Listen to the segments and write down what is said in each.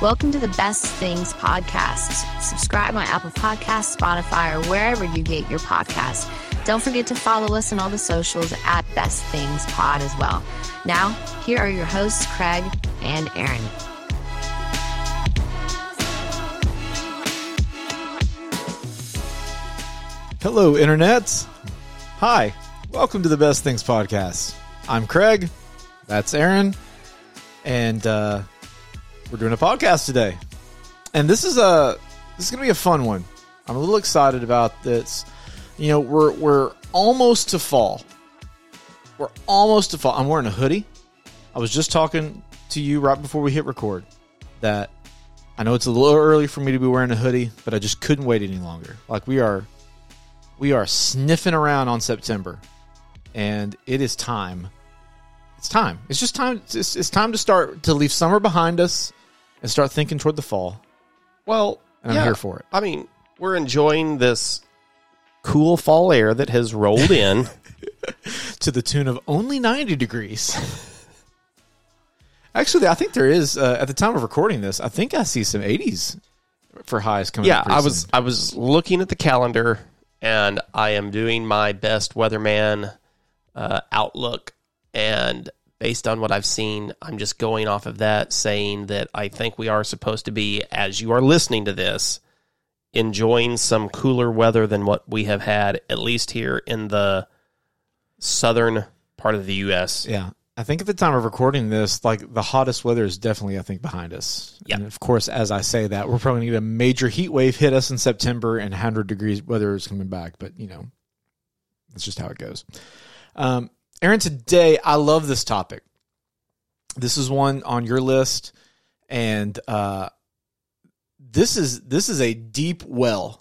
Welcome to the Best Things Podcast. Subscribe on Apple Podcasts, Spotify, or wherever you get your podcast. Don't forget to follow us on all the socials at Best Things Pod as well. Now, here are your hosts, Craig and Aaron. Hello, internets. Hi, welcome to the Best Things Podcast. I'm Craig. That's Aaron, and uh, we're doing a podcast today. And this is a this is going to be a fun one. I'm a little excited about this. You know, we're we're almost to fall. We're almost to fall. I'm wearing a hoodie. I was just talking to you right before we hit record that I know it's a little early for me to be wearing a hoodie, but I just couldn't wait any longer. Like we are we are sniffing around on September, and it is time. It's time. It's just time. It's, it's- it's time to start to leave summer behind us and start thinking toward the fall. Well, And I'm here for it. I mean, we're enjoying this cool fall air that has rolled in. to the tune of only 90 degrees. Actually, I think there is uh, at the time of recording this. I think I see some 80s for highs coming. yeah, up pretty I was soon. I was looking at the calendar and I am doing my best weatherman uh, outlook and based on what I've seen, I'm just going off of that saying that I think we are supposed to be as you are listening to this enjoying some cooler weather than what we have had at least here in the southern part of the US. Yeah, I think at the time of recording this, like the hottest weather is definitely I think behind us. Yeah. and of course, as I say that, we're probably going to get a major heat wave hit us in September, and 100 degrees weather is coming back. But you know, that's just how it goes. Um, Aaron, today I love this topic. This is one on your list, and uh, this is this is a deep well.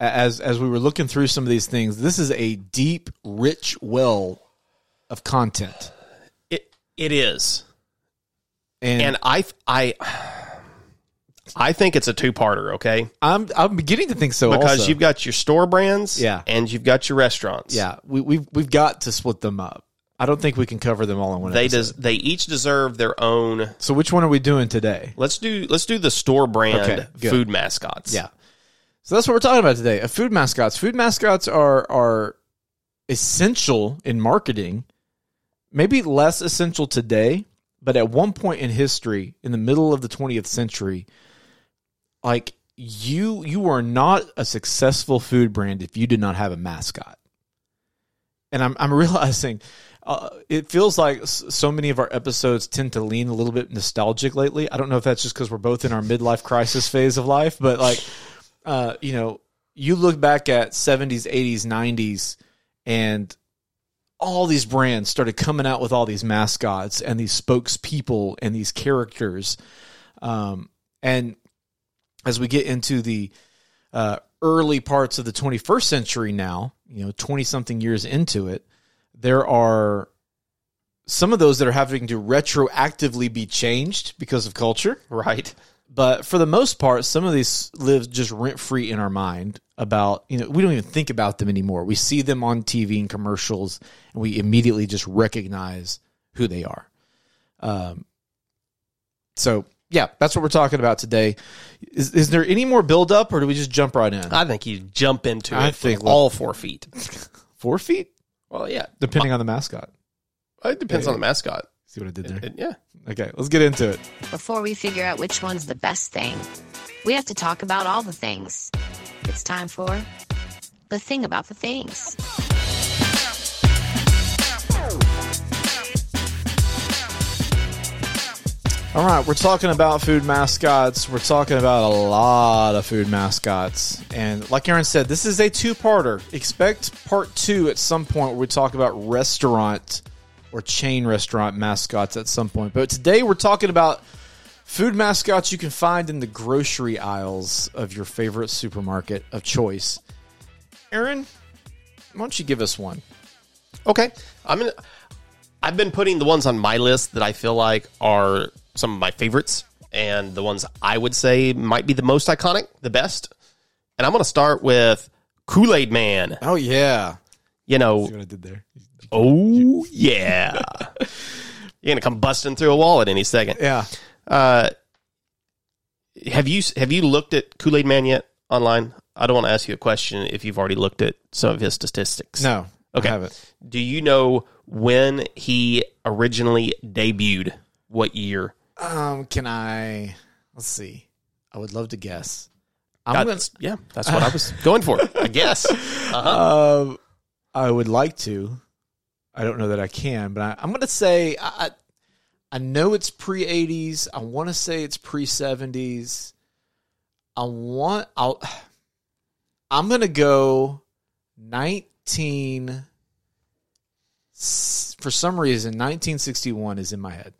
A- As as we were looking through some of these things, this is a deep, rich well of content. It it is. And, and I I I think it's a two parter, okay? I'm I'm beginning to think so Because also. you've got your store brands, Yeah. and you've got your restaurants. yeah, we we've we've got to split them up. I don't think we can cover them all in one. they episode. des- they each deserve their own. So which one are we doing today? Let's do let's do the store brand Okay, good. food mascots. Yeah. So that's what we're talking about today. Uh, food mascots. Food mascots are are essential in marketing. Maybe less essential today, but at one point in history, in the middle of the 20th century, like you you are not a successful food brand if you did not have a mascot. And I'm I'm realizing uh, it feels like s- so many of our episodes tend to lean a little bit nostalgic lately. I don't know if that's just because we're both in our midlife crisis phase of life, but like uh, you know, you look back at 70s, 80s, 90s, and all these brands started coming out with all these mascots and these spokespeople and these characters. Um, and as we get into the uh, early parts of the 21st century now, you know, 20 something years into it, there are some of those that are having to retroactively be changed because of culture right. but for the most part, some of these live just rent free in our mind about, you know, we don't even think about them anymore. We see them on TV and commercials and we immediately just recognize who they are. Um, so, yeah, that's what we're talking about today. Is, is there any more build up or do we just jump right in? I think you jump into I it think with we'll- all four feet. Four feet? Well, yeah, Depending on the mascot. it depends on the mascot. See what I did there? It- yeah, Okay, let's get into it. Before we figure out which one's the best thing, we have to talk about all the things. It's time for The Thing About the Things. All right, we're talking about food mascots. We're talking about a lot of food mascots. And like Aaron said, this is a two parter. Expect part two at some point where we talk about restaurant or chain restaurant mascots at some point. But today we're talking about food mascots you can find in the grocery aisles of your favorite supermarket of choice. Aaron, why don't you give us one? Okay. I'm gonna, I've been putting the ones on my list that I feel like are some of my favorites and the ones I would say might be the most iconic, the best. And I'm going to start with Kool Aid Man. Oh, yeah. You See know, what I did there? oh, yeah. You're going to come busting through a wall at any second. Yeah. Uh, have you have you looked at Kool Aid Man yet online? I don't want to ask you a question if you've already looked at some of his statistics. No, Okay. I haven't. Do you know when he originally debuted? What year? Um, can I? Let's see. I would love to guess. I'm Uh, gonna. yeah, that's what I was going for. I guess. Uh-huh. Um, I would like to. I don't know that I can, but I, I'm gonna say I. I I know it's pre '80s. I want to say it's pre '70s. I want. I'll. I'm gonna go 19. s- For some reason, 1961 is in my head.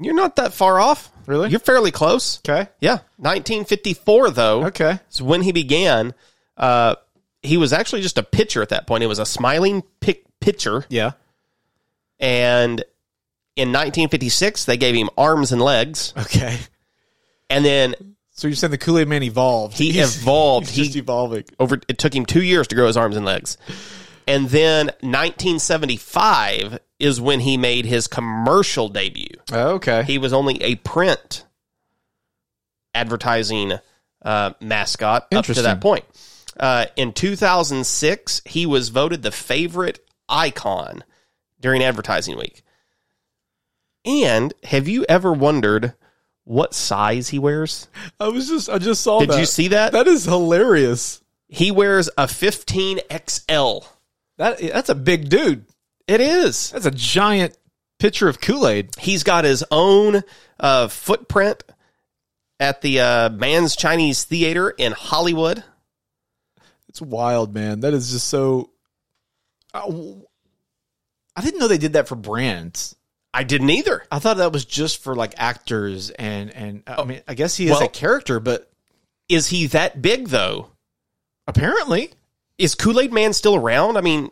You're not that far off. Really? You're fairly close. Okay. Yeah. 1954 though. Okay. So when he began, uh, he was actually just a pitcher at that point. It was a smiling pick pitcher, Yeah. and in 1956 they gave him arms and legs, Okay. and then So you're saying the Kool Aid Man evolved? He He's- evolved. He's just He- evolving. over it took him two years to grow his arms and legs, and then 1975 is when he made his commercial debut. Okay. He was only a print advertising uh, mascot up to Interesting. that point. Uh, in 2006, he was voted the favorite icon during advertising week. And have you ever wondered what size he wears? I was just. I just saw. Did that. you see that? That is hilarious. He wears a 15XL. That that's a big dude. It is. That's a giant pitcher of Kool Aid. He's got his own uh, footprint at the uh, Man's Chinese Theater in Hollywood. It's wild, man. That is just so. I, I didn't know they did that for brands. I didn't either. I thought that was just for like actors and and I mean I guess he is Oh. Well- a character, but Is he that big though? apparently Is Kool Aid Man still around? I mean,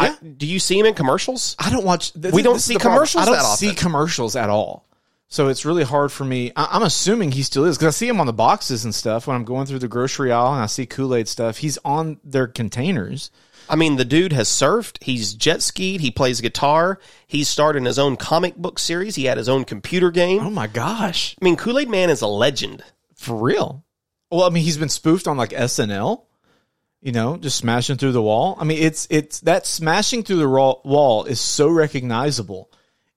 Yeah. I, do you see him in commercials? I don't watch. This, We don't this is see the problem. commercials I don't that often. see commercials at all, so it's really hard for me. I, I'm assuming he still is because I see him on the boxes and stuff when I'm going through the grocery aisle and I see Kool Aid stuff. He's on their containers. I mean, the dude has surfed, he's jet skied, he plays guitar, he's starred in his own comic book series, he had his own computer game. Oh my gosh, I mean, Kool Aid Man is a legend. for real? Well, I mean, he's been spoofed on like SNL. You know, just smashing through the wall. I mean, it's it's that smashing through the raw wall is so recognizable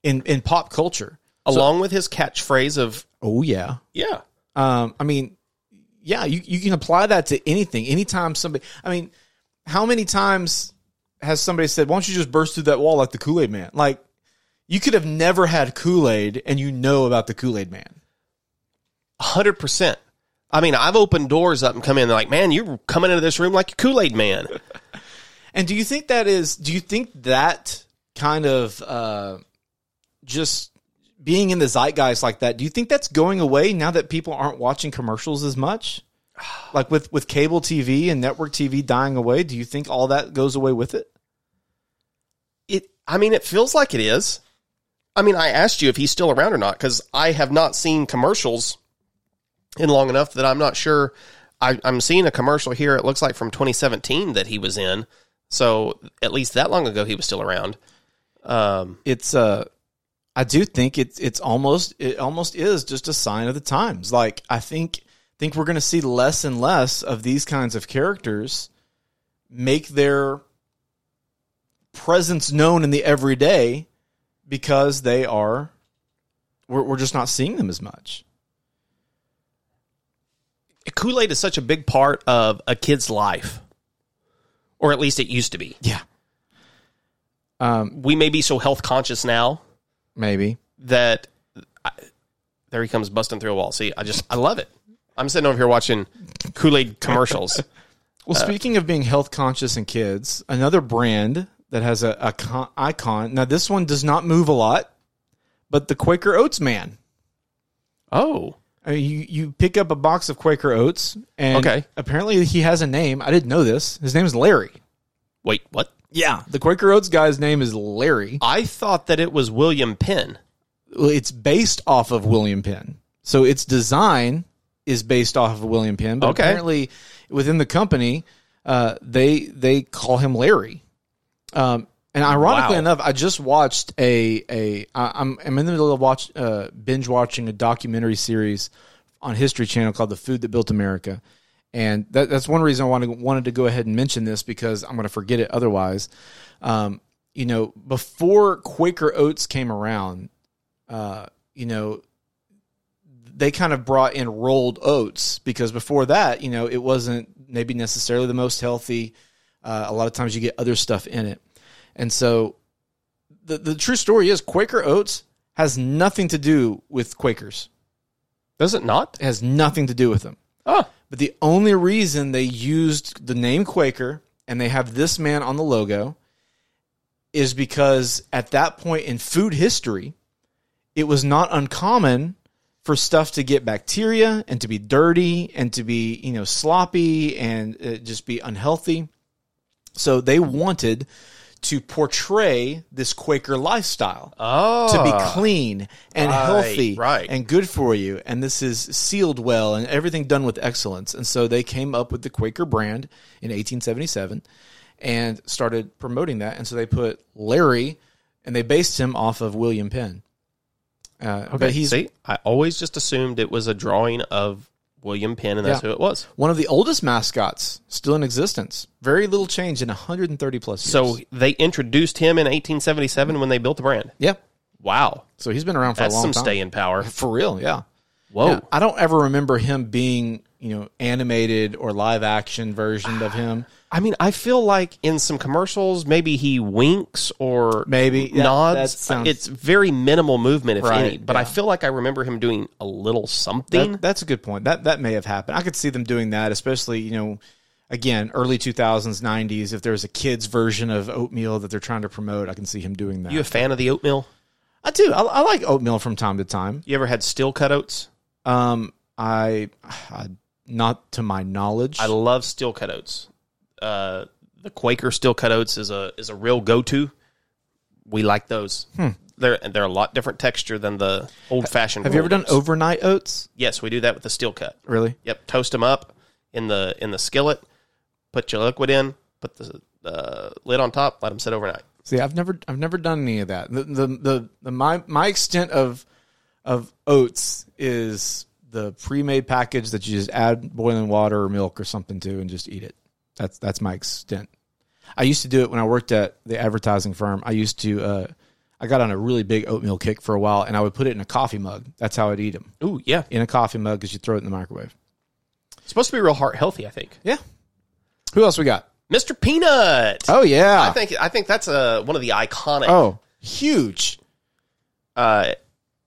in in pop culture. Along with his catchphrase of, Oh yeah, yeah, Um, I mean, yeah, you, you can apply that to anything. Anytime somebody, I mean, how many times has somebody said, why don't you just burst through that wall like the Kool Aid man? Like, you could have never had Kool Aid and you know about the Kool Aid man. 100%. I mean, I've opened doors up and come in, they're like, man, you're coming into this room like a Kool Aid Man. And do you think that is, do you think that kind of uh, just being in the zeitgeist like that, do you think that's going away now that people aren't watching commercials as much? Like with, with cable TV and network TV dying away, do you think all that goes away with it? it i mean it feels like it is i mean i asked you if he's still around or not because i have not seen commercials in long enough that i'm not sure I, i'm seeing a commercial here it looks like from 2017 that he was in so at least that long ago he was still around um, it's uh I do think it's it's almost it almost is just a sign of the times. Like I think think we're going to see less and less of these kinds of characters make their presence known in the everyday because they are we're, we're just not seeing them as much. kool-aid is such a big part of a kid's life or at least it used to be Yeah. Um we may be so health conscious now maybe. that I, there he comes busting through a wall. See, I just I love it. I'm sitting over here watching Kool Aid commercials. Well, speaking of being health conscious and kids, another brand that has a, a con- icon. Now, this one does not move a lot, but the Quaker Oats man. oh, I mean, you, you pick up a box of Quaker Oats, and Okay. apparently he has a name. I didn't know this. His name is Larry. wait, what? Yeah, the Quaker Oats guy's name is Larry. I thought that it was William Penn. Well, It's based off of William Penn, so its design is based off of William Penn. But Okay. apparently, within the company, uh, they they call him Larry. Um, and ironically Wow. enough, I just watched a a I, I'm I'm in the middle of watch uh, binge watching a documentary series on History Channel called "The Food That Built America," and that, that's one reason I wanted wanted to go ahead and mention this because I'm going to forget it otherwise. Um, you know, before Quaker Oats came around, uh, you know, they kind of brought in rolled oats because before that, you know, it wasn't maybe necessarily the most healthy. Uh, a lot of times you get other stuff in it. And so the, the true story is Quaker Oats has nothing to do with Quakers, Does it not? it has nothing to do with them. Oh, But the only reason they used the name Quaker and they have this man on the logo is because at that point in food history, it was not uncommon for stuff to get bacteria and to be dirty and to be, you know, sloppy and uh, just be unhealthy. So they wanted to portray this Quaker lifestyle oh, to be clean and Right, healthy right. and good for you. And this is sealed well and everything done with excellence. And so they came up with the Quaker brand in 1877 and started promoting that. And so they put Larry and they based him off of William Penn. Uh, But he's See, I always just assumed it was a drawing of William Penn, and that's Yeah. who it was. one of the oldest mascots still in existence. Very little change in 130 plus years. So they introduced him in 1877 when they built the brand. yeah. Wow, So he's been around for that's a long some time. staying power. For real, yeah. Whoa, Yeah, I don't ever remember him being, you know, animated or live action version of him. I mean, I feel like in some commercials, maybe he winks or Maybe. Yeah, nods. that sounds- it's very minimal movement, if Right, any. But I feel like I remember him doing a little something. That, that's a good point. That that may have happened. I could see them doing that, especially, you know, again, early 2000s, 90s if there's a kids version of oatmeal that they're trying to promote, I can see him doing that. you a fan of the oatmeal? I do. I, I like oatmeal from time to time. You ever had steel cut oats? Um I, I not to my knowledge. I love steel cut oats. Uh, the Quaker steel cut oats is a is a real go to. We like those. Hmm. They're and they're a lot different texture than the old fashioned. have you ever done overnight oats? Yes, we do that with the steel cut. Really? Yep, toast them up in the in the skillet. Put your liquid in. Put the uh, lid on top. Let them sit overnight. See, I've never I've never done any of that. The the the, the my my extent of of oats is the pre-made package that you just add boiling water or milk or something to and just eat it. That's that's my extent. I used to do it when I worked at the advertising firm. I used to uh, I got on a really big oatmeal kick for a while and I would put it in a coffee mug. That's how I'd eat them. Ooh, yeah. In a coffee mug cuz you throw it in the microwave. It's supposed to be real heart healthy, I think. Yeah. Who else we got? Mr. Peanut. Oh yeah. I think I think that's uh one of the iconic. oh, huge. Uh,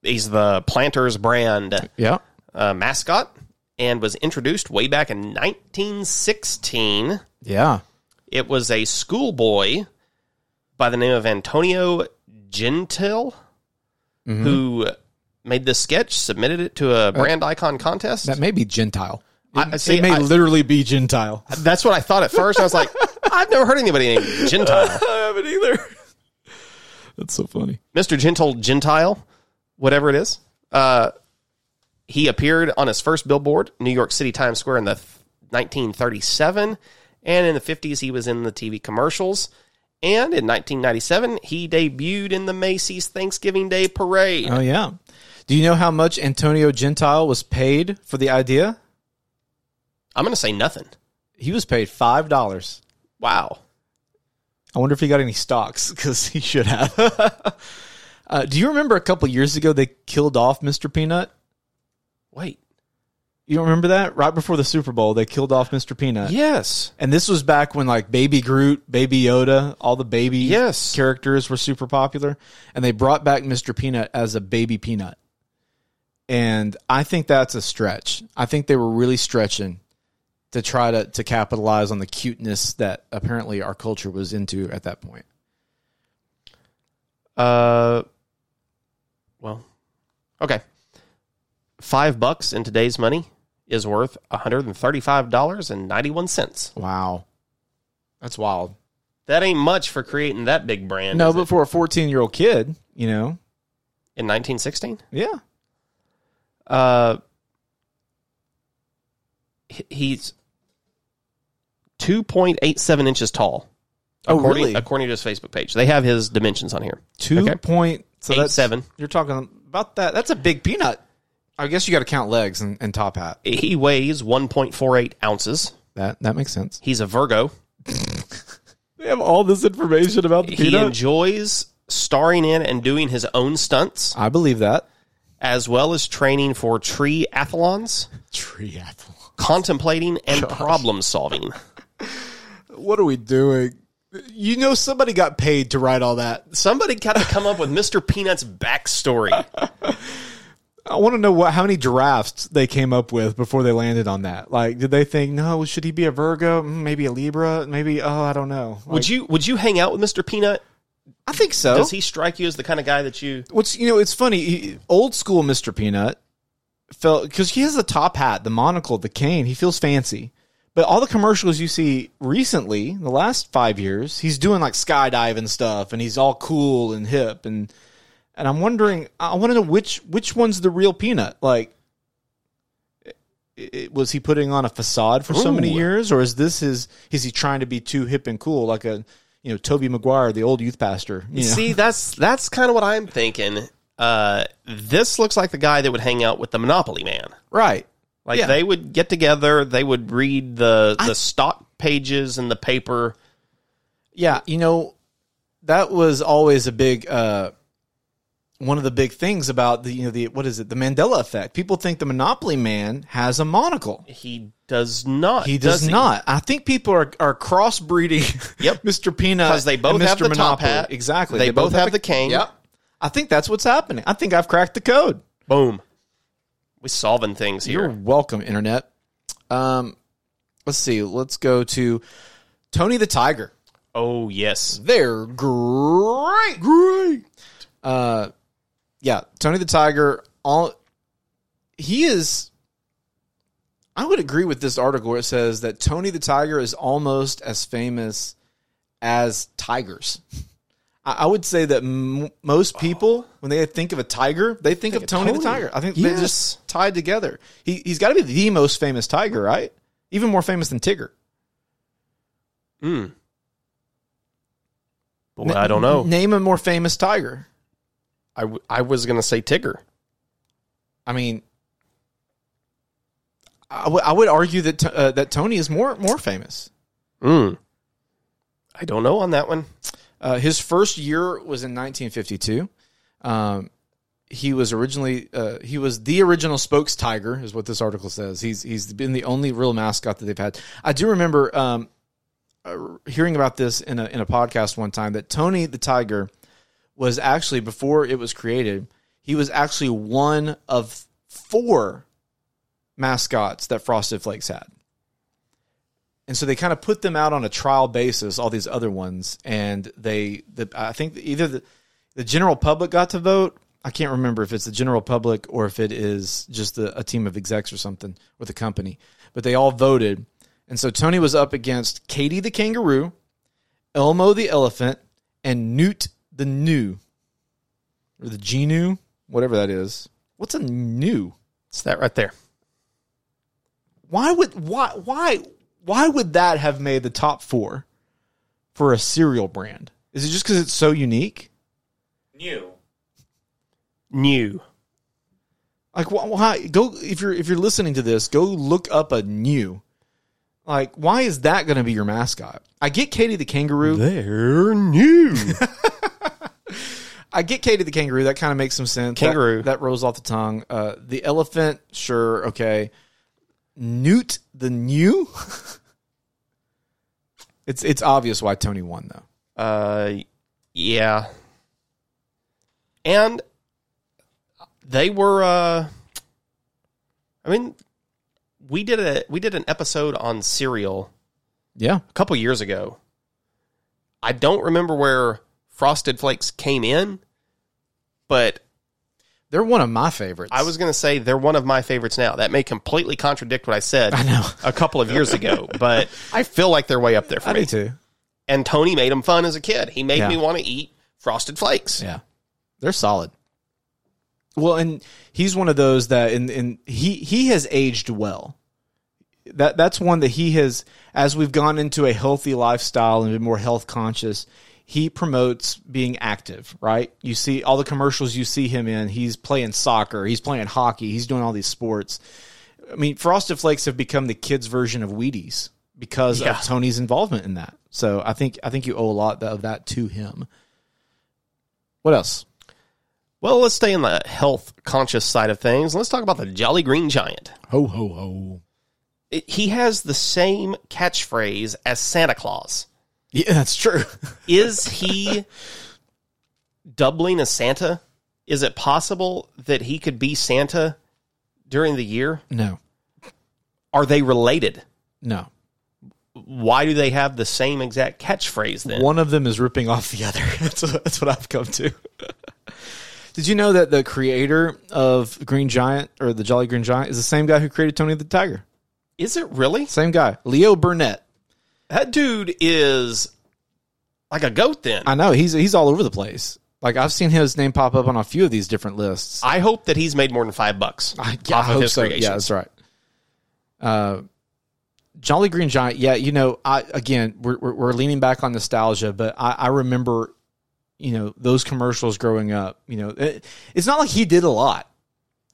he's the Planters brand Yeah. uh, mascot and was introduced way back in 1916. Yeah. It was a schoolboy by the name of Antonio Gentile who made this sketch, submitted it to a brand icon contest. That may be Gentile. I- It, see, it may I- literally be Gentile. I That's what I thought at first. I was like, I've never heard anybody named Gentile. haven't either. That's so funny. Mr. Gentle Gentile, whatever it is. Uh, he appeared on his first billboard, New York City Times Square, in the th- 1937, and in the 50s he was in the TV commercials. And in 1997, he debuted in the Macy's Thanksgiving Day Parade. Oh yeah. Do you know how much Antonio Gentile was paid for the idea? I'm going to say nothing. He was paid five dollars. Wow. I wonder if he got any stocks because he should have. uh, do you remember a couple years ago they killed off Mr. Peanut? Wait. You don't remember that? Right before the Super Bowl, they killed off Mr. Peanut. Yes. And this was back when like Baby Groot, Baby Yoda, all the baby Yes. characters were super popular, and they brought back Mr. Peanut as a baby peanut. And I think that's a stretch. I think they were really stretching to try to to capitalize on the cuteness that apparently our culture was into at that point. Uh, well, okay. Five bucks in today's money is worth $135.91. Wow. That's wild. That ain't much for creating that big brand. no, is but it? for a 14-year-old kid, you know. in 1916, Yeah. uh, he- he's 2.87 inches tall. Oh, according, really? According to his Facebook page, they have his dimensions on here. Two Okay. point so Eight that's seven. You're talking about that. That's a big peanut. I guess you got to count legs and, and top hat. He weighs 1.48 ounces. That that makes sense. He's a Virgo. We have all this information about the He enjoys starring in and doing his own stunts, I believe that. as well as training for triathlons, Tree apple. contemplating, and problem solving. What are we doing? You know, somebody got paid to write all that. Somebody got to come up with Mr. Peanut's backstory. I want to know what how many drafts they came up with before they landed on that. Like, did they think, no, should he be a Virgo? Mm, Maybe a Libra? Maybe, oh, I don't know. Like, Would you Would you hang out with Mr. Peanut? I think so. Does he strike you as the kind of guy that you? What's you know, it's funny. He, old school Mister Peanut felt because he has the top hat, the monocle, the cane. He feels fancy. But all the commercials you see recently, the last five years, he's doing like skydiving stuff, and he's all cool and hip. and And I'm wondering, I want to know which which one's the real Peanut. Like, i i was he putting on a facade for so many Ooh. years, or is this his? Is he trying to be too hip and cool, like a you know Toby Maguire, the old youth pastor? You know? See, that's that's kind of what I'm thinking. Uh, this looks like the guy that would hang out with the Monopoly Man. right? Like Yeah. they would get together, they would read the the stock pages in the paper. Yeah, you know, that was always a big uh one of the big things about the you know the what is it the Mandela effect. People think the Monopoly Man has a monocle. He does not. He does, not. I think people are are crossbreeding. Yep. Mr. Peanut because they both and Mr. have the top Monopoly. hat. Exactly. They, both, have the cane. Yep. I think that's what's happening. I think I've cracked the code. Boom. We're solving things here. You're welcome, internet. Um, let's see. Let's go to Tony the Tiger. oh yes. They're great, great. Uh, yeah, Tony the Tiger. All he is. I would agree with this article. Where it says that Tony the Tiger is almost as famous as tigers. I, I would say that m- most people, when they think of a tiger, they think, of Tony, the Tony. Tiger. I think they're Yes. just tied together. He, he's got to be the most famous tiger, right? Even more famous than Tigger. Mm. Boy, I don't know. Name a more famous tiger. I, w- I was gonna say Tigger. I mean, I would- I would argue that to- uh, that Tony is more more famous. Mm. I don't know on that one. Uh, his first year was in 1952. Um, he was originally uh, he was the original spokes tiger, is what this article says. He's he's been the only real mascot that they've had. I do remember um, uh, hearing about this in a in a podcast one time that Tony the Tiger was actually before it was created, he was actually one of four mascots that Frosted Flakes had. And so they kind of put them out on a trial basis, all these other ones, and they, the, I think either the, the general public got to vote. I can't remember if it's the general public or if it is just the, a team of execs or something with the company, but they all voted. And so Tony was up against Katie the kangaroo, Elmo the elephant, and Newt the new, or the gnu, whatever that is. What's a new? It's that right there. Why would why why why would that have made the top four for a cereal brand? Is it just because it's so unique? New. New. Like wh- why go if you're if you're listening to this, go look up a new. Like why is that going to be your mascot? I get Katie the kangaroo. They're new. I get Katie the kangaroo. That kind of makes some sense. That- Kangaroo. that, rolls off the tongue. Uh, the elephant, sure, okay. Newt the new. it's it's obvious why Tony won though. Uh, yeah. And they were. Uh, I mean, we did a we did an episode on cereal Yeah, a couple years ago. I don't remember where Frosted Flakes came in, but they're one of my favorites. I was going to say they're one of my favorites now. That may completely contradict what I said I know. a couple of years ago, but I feel like they're way up there for I me. do too. And Tony made them fun as a kid. He made Yeah. me want to eat Frosted Flakes. Yeah, they're solid. Well, and he's one of those that, and and he he has aged well. That that's one that he has, as we've gone into a healthy lifestyle and been more health conscious. he promotes being active, right? You see all the commercials you see him in, he's playing soccer, he's playing hockey, he's doing all these sports. I mean, Frosted Flakes have become the kids' version of Wheaties because Yeah. of Tony's involvement in that. So I think I think you owe a lot of that to him. What else? Well, let's stay in the health conscious side of things. Let's talk about the Jolly Green Giant. Ho ho ho. It- he has the same catchphrase as Santa Claus. Yeah, that's true. Is he doubling as Santa? Is it possible that he could be Santa during the year? no. Are they related? No. Why do they have the same exact catchphrase then? One of them is ripping off the other. That's, that's what I've come to. Did you know that the creator of Green Giant or the Jolly Green Giant is the same guy who created Tony the Tiger? Is it really? Same guy, Leo Burnett. That dude is like a goat then. I know he's he's all over the place. Like I've seen his name pop up on a few of these different lists. I hope that he's made more than five bucks off of his creations. Yeah, that's right. Uh, Jolly Green Giant. Yeah, you know, I again, we're we're, we're leaning back on nostalgia, but I, I remember, you know, those commercials growing up. You know, it, it's not like he did a lot.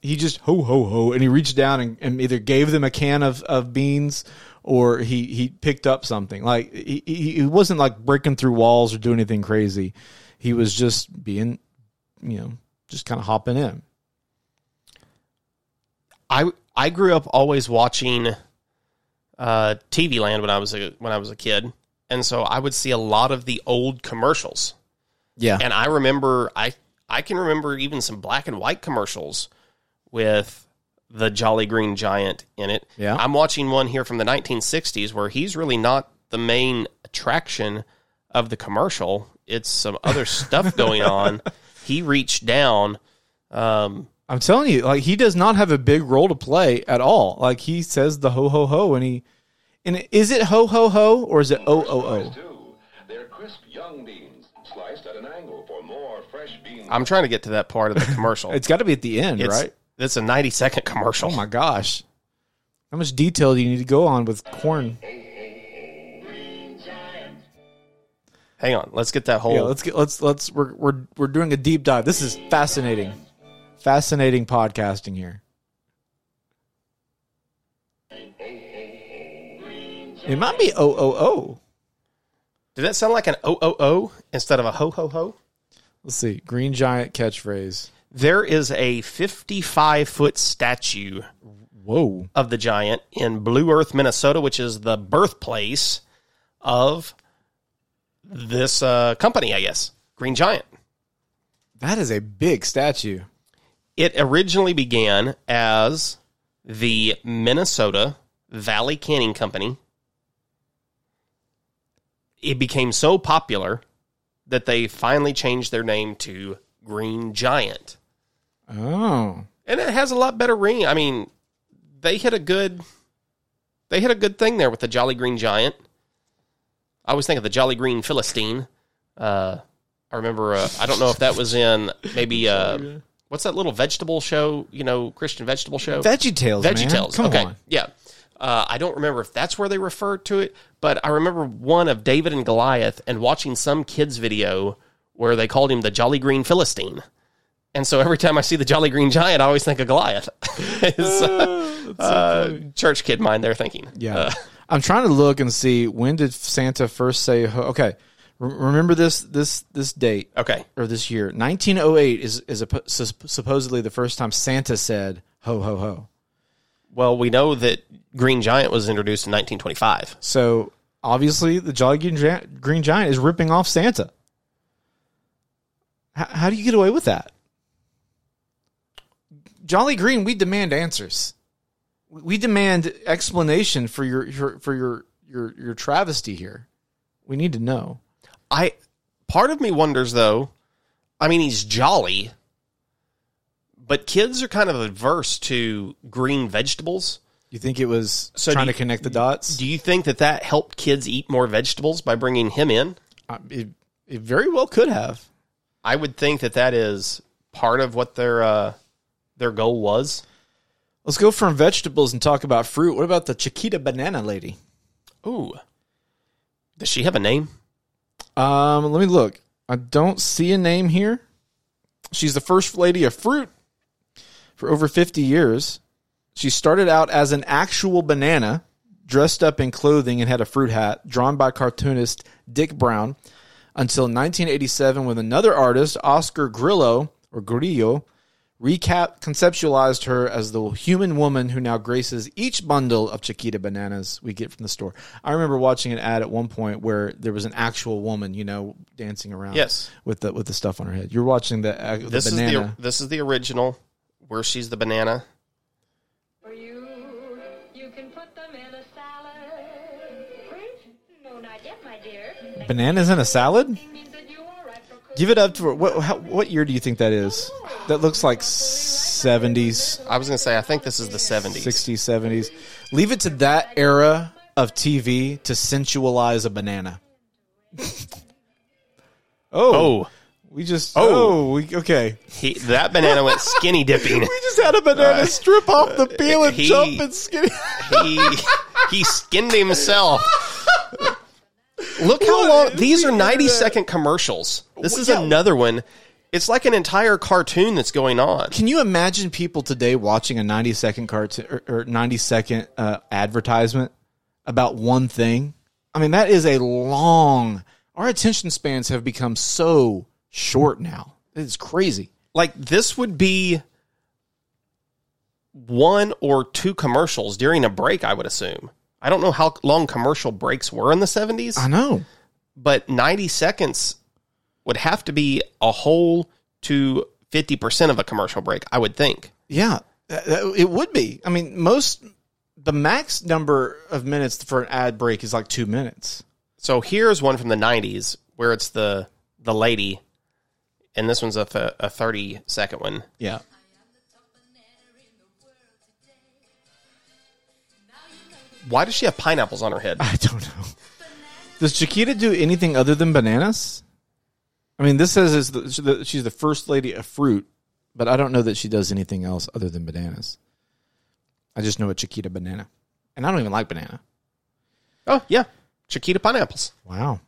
He just ho ho ho, and he reached down and, and either gave them a can of, of beans or he, he picked up something. Like he, he he wasn't like breaking through walls or doing anything crazy. He was just being, you know, just kind of hopping in. I I grew up always watching uh, TV Land when I was a when I was a kid, and so I would see a lot of the old commercials. Yeah, And I remember I I can remember even some black and white commercials with the Jolly Green Giant in it. Yeah. I'm watching one here from the 1960s where he's really not the main attraction of the commercial. It's some other stuff going on. He reached down. Um, I'm telling you, like he does not have a big role to play at all. Like he says the ho ho ho, and he and is it ho ho ho or is it o o o? Two, they're crisp young beans, sliced at an angle for more fresh beans. I'm trying to get to that part of the commercial. It's got to be at the end, It's, right? It's a 90 second commercial. Oh my gosh, how much detail do you need to go on with corn? Hang on. Let's get that whole. Yeah, let's get let's let's we're we're we're doing a deep dive. This is fascinating, fascinating podcasting here. It might be o o o. did that sound like an OOO instead of a ho ho ho? Let's see, green giant catchphrase. There is a 55 foot statue Whoa. of the giant in Blue Earth, Minnesota, which is the birthplace of this uh, company, I guess, Green Giant. That is a big statue. It originally began as the Minnesota Valley Canning Company. It became so popular that they finally changed their name to Green Giant. Oh. And it has a lot better ring. I mean, they hit a good they hit a good thing there with the Jolly Green Giant. I always think of the Jolly Green Philistine. Uh, I remember. Uh, I don't know if that was in maybe uh, what's that little vegetable show? You know, Christian vegetable show. Veggie Tales. Veggie man. Tales. Come okay. on. Yeah. Uh, I don't remember if that's where they referred to it, but I remember one of David and Goliath and watching some kids' video where they called him the Jolly Green Philistine. And so every time I see the Jolly Green Giant, I always think of Goliath. It's, uh, uh, church kid mind there thinking. Yeah. Uh, I'm trying to look and see when did Santa first say ho- okay. Re- remember this this this date okay. or this year. 1908 is is a, supposedly the first time Santa said ho ho ho. Well, we know that Green Giant was introduced in 1925. So obviously the Jolly Green Giant, Green Giant is ripping off Santa. How, how do you get away with that? Jolly Green, we demand answers. We demand explanation for your, your for your your your travesty here. We need to know. I part of me wonders though. I mean, he's jolly, but kids are kind of averse to green vegetables. You think it was So trying do you- to connect the dots? Do you think that that helped kids eat more vegetables by bringing him in? Uh, it, it very well could have. I would think that that is part of what their uh, their goal was. Let's go from vegetables and talk about fruit. What about the Chiquita banana lady? Ooh, does she have a name? Um, let me look. I don't see a name here. She's the first lady of fruit for over 50 years. She started out as an actual banana, dressed up in clothing and had a fruit hat, drawn by cartoonist Dick Brown, until 1987 when another artist, Oscar Grillo or Grillo, recap conceptualized her as the human woman who now graces each bundle of Chiquita bananas we get from the store. I remember watching an ad at one point where there was an actual woman, you know, dancing around Yes. with the with the stuff on her head. You're watching the, uh, the This banana. is the this is the original where she's the banana. For you, you can put them in a salad. Great. No, not yet, my dear. Bananas in a salad? Means that you are right for cooking. Give it up for what? How, what year do you think that is? That looks like seventies, I was gonna say I think this is the seventies. sixties, seventies. Leave it to that era of TV to sensualize a banana. oh, Oh, we just Oh. oh, we, okay. he, that banana went skinny dipping. We just had a banana strip off the peel and Uh, he- jump and skinny. He he skinned himself. Look how long these are ninety second commercials. This is Yeah. another one. It's like an entire cartoon that's going on. Can you imagine people today watching a ninety second cartoon or, or ninety second uh, advertisement about one thing? I mean, that is a long. Our attention spans have become so short now. It's crazy. Like this would be one or two commercials during a break. I would assume. I don't know how long commercial breaks were in the seventies. I know. but 90 seconds would have to be a whole to 50% of a commercial break, I would think. Yeah, Uh, uh, it would be. I mean, most the max number of minutes for an ad break is like two minutes. So here's one from the 90s where it's the the lady and this one's a, th- a 30 second one. Yeah. Why does she have pineapples on her head? I don't know. Does Chiquita do anything other than bananas? I mean, this says is the, she's the- she's the first lady of fruit, but I don't know that she does anything else other than bananas. I just know a Chiquita banana, and I don't even like banana. Oh, yeah. Chiquita pineapples. Wow,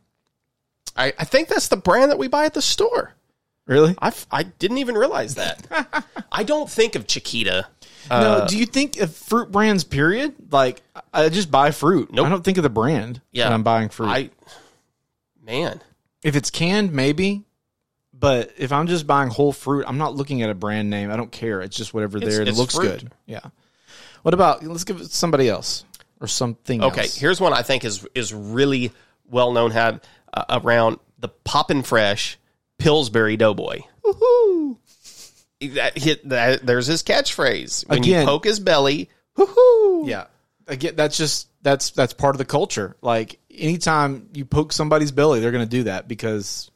I, I think that's the brand that we buy at the store. really? I, f- I didn't even realize that. I don't think of Chiquita. Uh, no. Do you think of fruit brands? Period. Like, I- I just buy fruit. Nope. I don't think of the brand Yeah. when I'm buying fruit. I, man. if it's canned, maybe. But if I'm just buying whole fruit, I'm not looking at a brand name. I don't care. It's just whatever It's- there. and It it's looks fruit. good. Yeah. What about let's give it somebody else or something? Okay, else. here's one I think is is really well known had uh, around the Poppin' Fresh Pillsbury Doughboy. Woohoo. That hit that, there's his catchphrase when you Again. poke his belly. Yeah. Again, that's just that's that's part of the culture. Like anytime you poke somebody's belly, they're going to do that because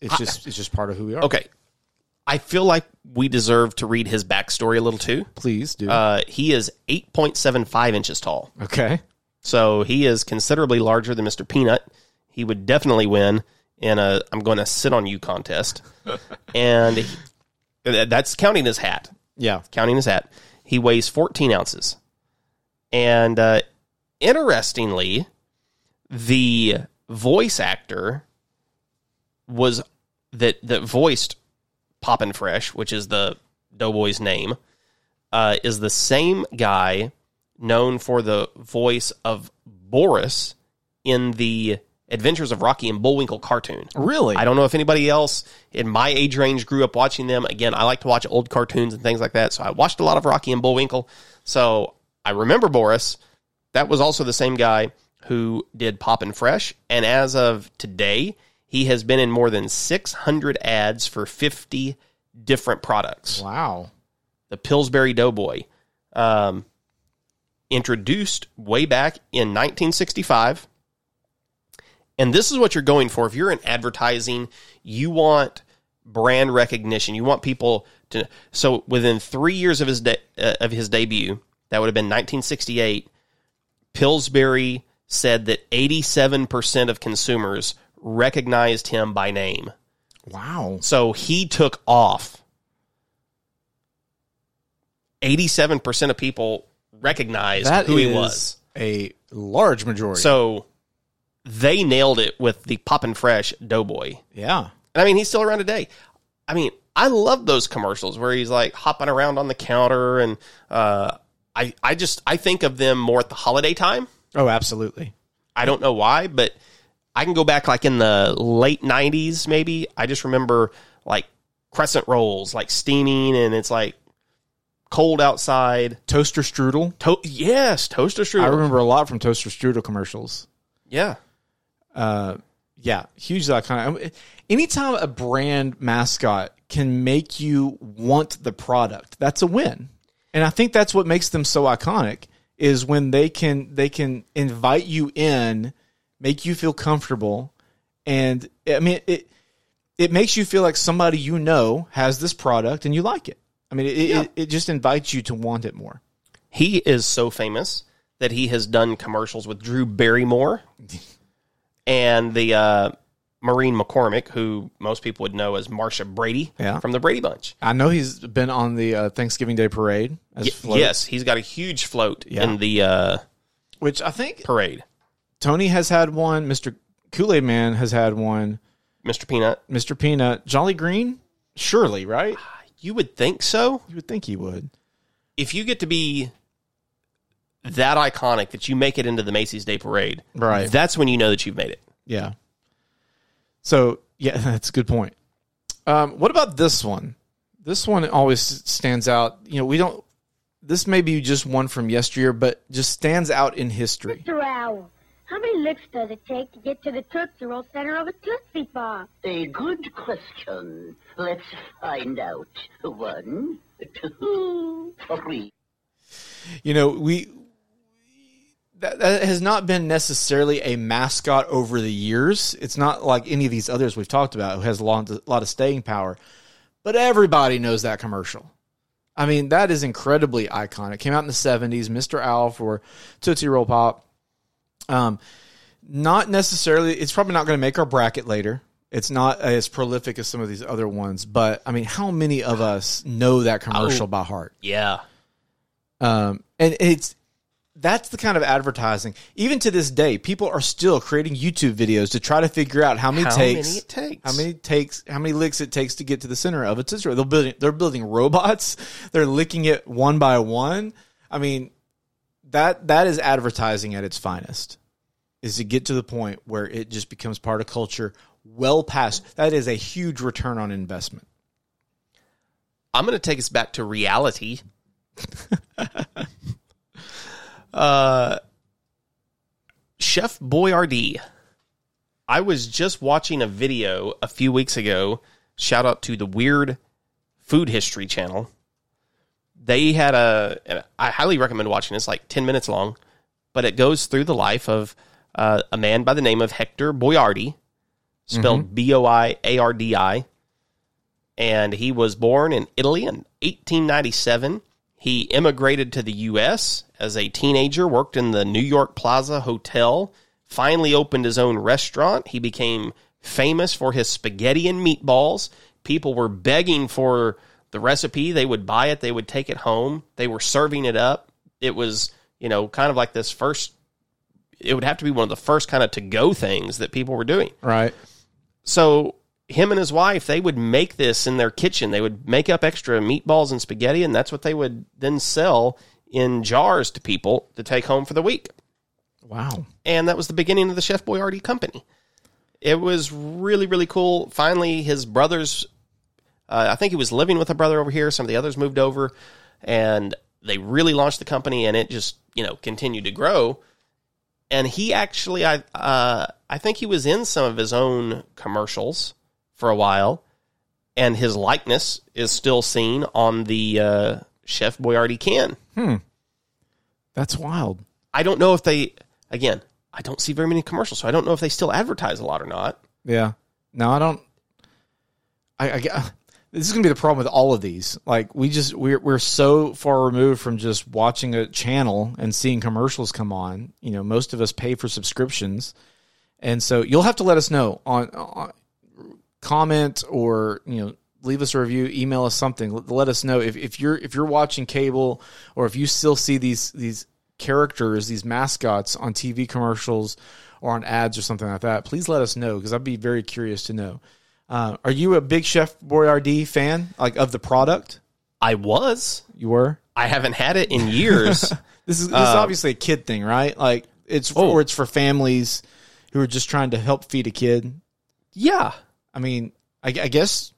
it's just it's just part of who we are. Okay, I feel like we deserve to read his backstory a little too. Please do. Uh, he is 8.75 inches tall, okay. so he is considerably larger than Mr. Peanut. He would definitely win in a "I'm going to sit on you" contest, and he- that's counting his hat. Yeah. counting his hat. He weighs 14 ounces. And uh, interestingly, the voice actor was that that voiced Poppin' Fresh, which is the Doughboy's name, uh, is the same guy known for the voice of Boris in the Adventures of Rocky and Bullwinkle cartoon. Really? I don't know if anybody else in my age range grew up watching them. Again, I like to watch old cartoons and things like that. So I watched a lot of Rocky and Bullwinkle. So I remember Boris. That was also the same guy who did Poppin' Fresh. And as of today, he has been in more than 600 ads for 50 different products Wow. the Pillsbury Doughboy, um, introduced way back in 1965. And this is what you're going for. If you're in advertising, you want brand recognition. You want people to. So within three years of his de- uh, of his debut, that would have been 1968. Pillsbury said that 87% of consumers recognized him by name. Wow. So he took off. 87% of people recognized That who he is was. a large majority. So they nailed it with the poppin' fresh doughboy. Yeah. And I mean, he's still around today. I mean, I love those commercials where he's like hopping around on the counter, and uh, I I just I think of them more at the holiday time. Oh, absolutely. I don't know why, but I can go back like in the late '90s, maybe. I just remember like crescent rolls, like steaming, and it's like cold outside. Toaster strudel. To- yes, toaster strudel. I remember a lot from toaster strudel commercials. Yeah, Uh, yeah, huge icon. Anytime a brand mascot can make you want the product, that's a win. And I think that's what makes them so iconic is when they can they can invite you in, make you feel comfortable, and I mean it it makes you feel like somebody you know has this product and you like it. I mean, it, it, it just invites you to want it more. he is so famous that he has done commercials with Drew Barrymore and the uh, Maureen McCormick, who most people would know as Marsha Brady Yeah. from the Brady Bunch. I know he's been on the uh, Thanksgiving Day parade as Y- float, yes, he's got a huge float Yeah. in the uh, which I think parade. Tony has had one. Mr. Kool Aid Man has had one. Mr. Peanut, Mr. Peanut, Jolly Green, surely, right? you would think so. You would think he would. If you get to be that iconic that you make it into the Macy's Day Parade, Right. that's when you know that you've made it. Yeah. So yeah, that's a good point. Um, what about this one? This one always stands out. You know, we don't. This may be just one from yesteryear, but just stands out in history. Mr. Owl, how many licks does it take to get to the Tootsie Roll Center of a Tootsie Pop? A good question. Let's find out. One, two, three. You know, we that, that has not been necessarily a mascot over the years. It's not like any of these others we've talked about who has a lot, a lot of staying power. But everybody knows that commercial. I mean, that is incredibly iconic. Came out in the 70s, Mr. Owl for Tootsie Roll Pop. Um, not necessarily, it's probably not going to make our bracket later. It's not as prolific as some of these other ones, but I mean, how many of us know that commercial by heart? Yeah. Um, and it's that's the kind of advertising. Even to this day, people are still creating YouTube videos to try to figure out how many How takes, many it takes. how many takes, how many licks it takes to get to the center of a Tootsie Roll. They're building, they're building robots. They're licking it one by one. I mean, that that is advertising at its finest. Is to get to the point where it just becomes part of culture, well past. That is a huge return on investment. I'm going to take us back to reality. uh, Chef Boyardee. I was just watching a video a few weeks ago. Shout out to the Weird Food History channel. They had a, and I highly recommend watching. It's like 10 minutes long, but it goes through the life of uh, a man by the name of Hector Boyardee, spelled B O I A R D I and he was born in Italy in 1897. He immigrated to the U.S. as a teenager, worked in the New York Plaza Hotel, finally opened his own restaurant. He became famous for his spaghetti and meatballs. People were begging for the recipe. They would buy it, they would take it home, they were serving it up. It was, you know, kind of like this first, it would have to be one of the first kind of to go things that people were doing Right. so him and his wife they would make this in their kitchen they would make up extra meatballs and spaghetti and that's what they would then sell in jars to people to take home for the week Wow. and that was the beginning of the chef boyardee company it was really really cool finally his brothers uh, i think he was living with a brother over here some of the others moved over and they really launched the company and it just you know continued to grow and he actually I uh, I think he was in some of his own commercials for a while, and his likeness is still seen on the uh, Chef Boyardee can. That's wild. I don't know if they again. I don't see very many commercials, so I don't know if they still advertise a lot or not. Yeah. No, I don't. I, I get- this is gonna be the problem with all of these. Like we just we're we're so far removed from just watching a channel and seeing commercials come on. You know, most of us pay for subscriptions, and so you'll have to let us know on, on comment or you know leave us a review, email us something. Let, let us know if, if you're if you're watching cable or if you still see these these characters, these mascots on TV commercials or on ads or something like that, please let us know because I'd be very curious to know. Uh, are you a big Chef Boyardee fan, like of the product? I was. You were. I haven't had it in years. This is this is obviously a kid thing, right? Like it's for, or it's for families who are just trying to help feed a kid. yeah. I mean, I, I guess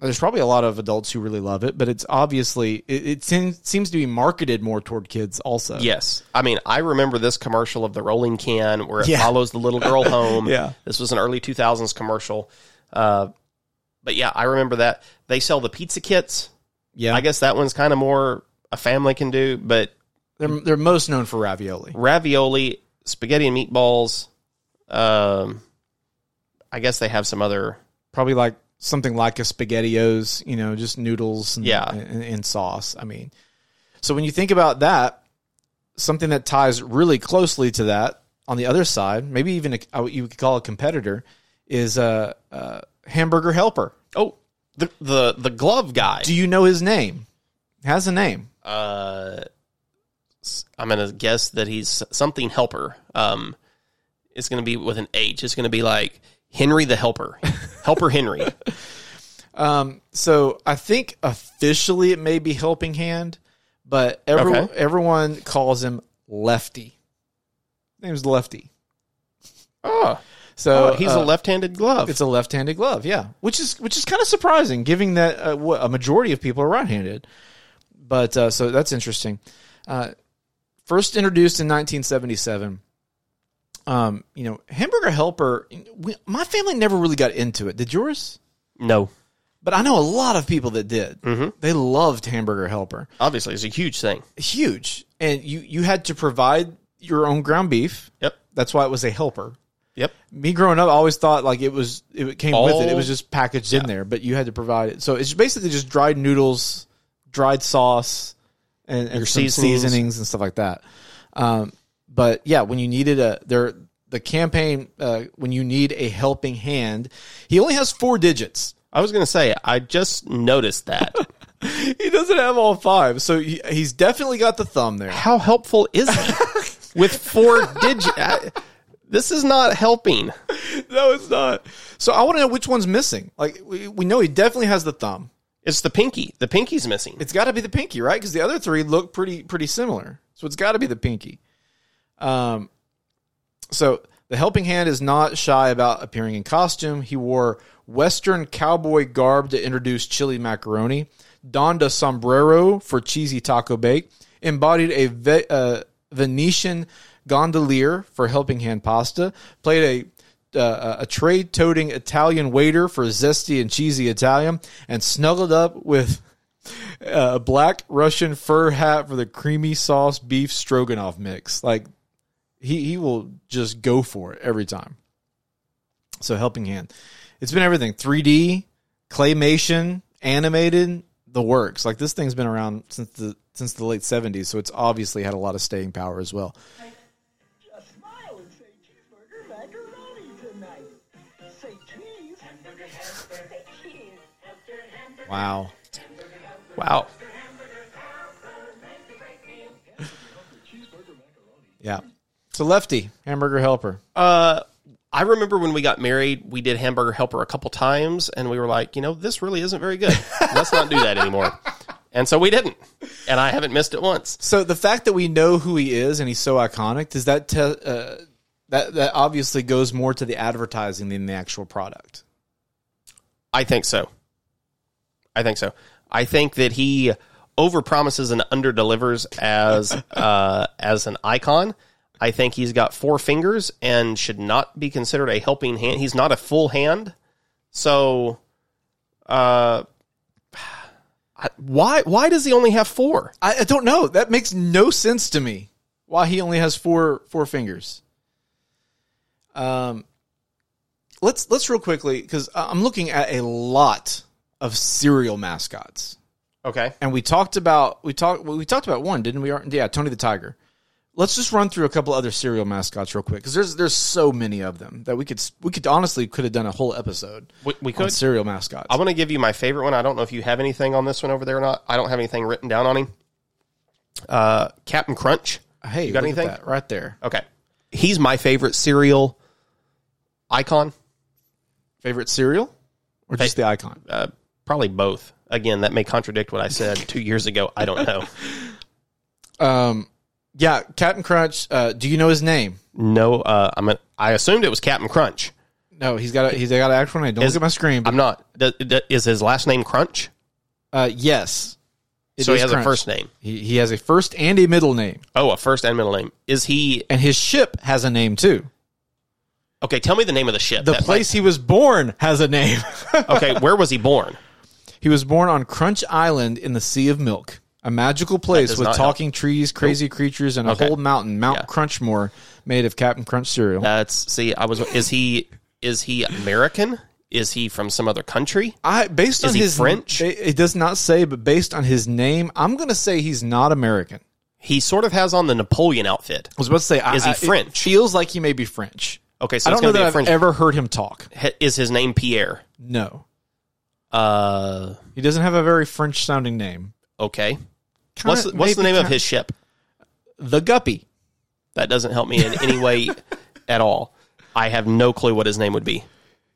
there's probably a lot of adults who really love it, but it's obviously it, it seems, seems to be marketed more toward kids also. Yes. I mean, I remember this commercial of the rolling can where it Yeah. follows the little girl home. Yeah. This was an early 2000s commercial. Uh, but yeah, I remember that. They sell the pizza kits. yeah. I guess that one's kind of more a family can do, but they're they're most known for ravioli. ravioli, spaghetti and meatballs. Um, I guess they have some other. Probably like something like a spaghettios, you know, just noodles and, Yeah. and, and sauce. I mean, so when you think about that, something that ties really closely to that on the other side, maybe even a, uh, what you could call a competitor, is a, uh hamburger helper. Oh, the the the glove guy. Do you know his name? Has a name. uh, s- I'm gonna guess that he's something helper. Um, it's gonna be with an H. It's gonna be like Henry the Helper, Helper Henry. Um, so I think officially it may be Helping Hand, but every, Okay. everyone calls him Lefty. Name's Lefty. Oh, So he's uh, a left-handed glove. It's a left-handed glove, yeah, which is which is kind of surprising, given that uh, what, a majority of people are right-handed. But uh, so that's interesting. Uh, first introduced in 1977. Um, you know, hamburger helper. We, my family never really got into it. Did yours? no, But I know a lot of people that did. They loved hamburger helper obviously it's a huge thing. huge. And you you had to provide your own ground beef. Yep. That's why it was a helper. Yep. Me growing up, I always thought like it was it came with it. It All- was just packaged in there, but you had to provide it. So it's basically just dried noodles, dried sauce, and, and some seasonings. seasonings. and stuff like that. Um, but yeah, when you needed a there the campaign uh, when you need a helping hand, he only has four digits. I was gonna say I just noticed that. He doesn't have all five, so he, he's definitely got the thumb there. How helpful is it with four digits? This is not helping. No, it's not. So I want to know which one's missing. Like we, we know he definitely has the thumb. It's the pinky. The pinky's missing. It's got to be the pinky, right? Because the other three look pretty pretty similar. So it's got to be the pinky. Um, so the helping hand is not shy about appearing in costume. He wore Western cowboy garb to introduce chili macaroni, donned a sombrero for cheesy taco bake, embodied a ve- uh, Venetian gondolier for helping hand pasta, played a uh, a tray toting Italian waiter for zesty and cheesy Italian, and snuggled up with a black Russian fur hat for the creamy sauce beef stroganoff mix. Like he he will just go for it every time. So helping hand, it's been everything: 3D, claymation, animated, the works. Like this thing's been around since the since the late 70s, so it's obviously had a lot of staying power as well. Just smile and say cheeseburger macaroni tonight. Say cheese. Say cheese. Wow. wow. Yeah. So lefty hamburger helper. Uh, I remember when we got married, we did Hamburger Helper a couple times, and we were like, you know, this really isn't very good. Let's not do that anymore. And so we didn't. And I haven't missed it once. So the fact that we know who he is and he's so iconic does that te- uh, that that obviously goes more to the advertising than the actual product. I think so. I think so. I think that he overpromises and underdelivers as uh, as an icon. I think he's got four fingers and should not be considered a helping hand. He's not a full hand. So, uh, I- why why does he only have four? I, I don't know. That makes no sense to me. Why he only has four four fingers? Um, let's let's real quickly because I'm looking at a lot of cereal mascots. Okay. and we talked about we talked we talked about one, didn't we? Yeah, Tony the Tiger. Let's just run through a couple other cereal mascots real quick because there's there's so many of them that we could we could honestly could have done a whole episode We, we on could. cereal mascots. I want to give you my favorite one. I don't know if you have anything on this one over there or not. I don't have anything written down on him. Uh, Captain Crunch. Hey, You got look at anything? that right there? Okay. He's my favorite cereal icon. Favorite cereal or just the icon? Uh, probably both. Again, that may contradict what I said two years ago. I don't know. Um, yeah, Captain Crunch. Uh, do you know his name? No, uh, I'm. A, I assumed it was Captain Crunch. No, he's got a, he's got an actual name. Don't Is- look at my screen. But, I'm not. D- d- is his last name Crunch? uh, yes, It so he is has Crunch. a first name. He, he has a first and a middle name, Oh, a first and middle name. Is he and his ship has a name too. okay? Tell me the name of the ship. The That place he was born has a name. might- okay, where was he born? he was born on Crunch Island in the Sea of Milk, a magical place does with not help. talking trees, crazy creatures, and a Okay. whole mountain, Mount Yeah. Crunchmore, made of Captain Crunch cereal. That's see. I was. Is he? Is he American? Is he from some other country? I based Is on he his French? It, it does not say, but based on his name, I'm going to say he's not American. He sort of has on the Napoleon outfit. I was about to say, I- Is he I- It French? feels like he may be French. Okay, so I it's don't know going that to be a I've French. ever heard him talk. he- is his name Pierre? No, Uh, he doesn't have a very French-sounding name. okay. Kinda- What's what's the maybe name of kinda- his ship? The Guppy. That doesn't help me in any way at all. I have no clue what his name would be.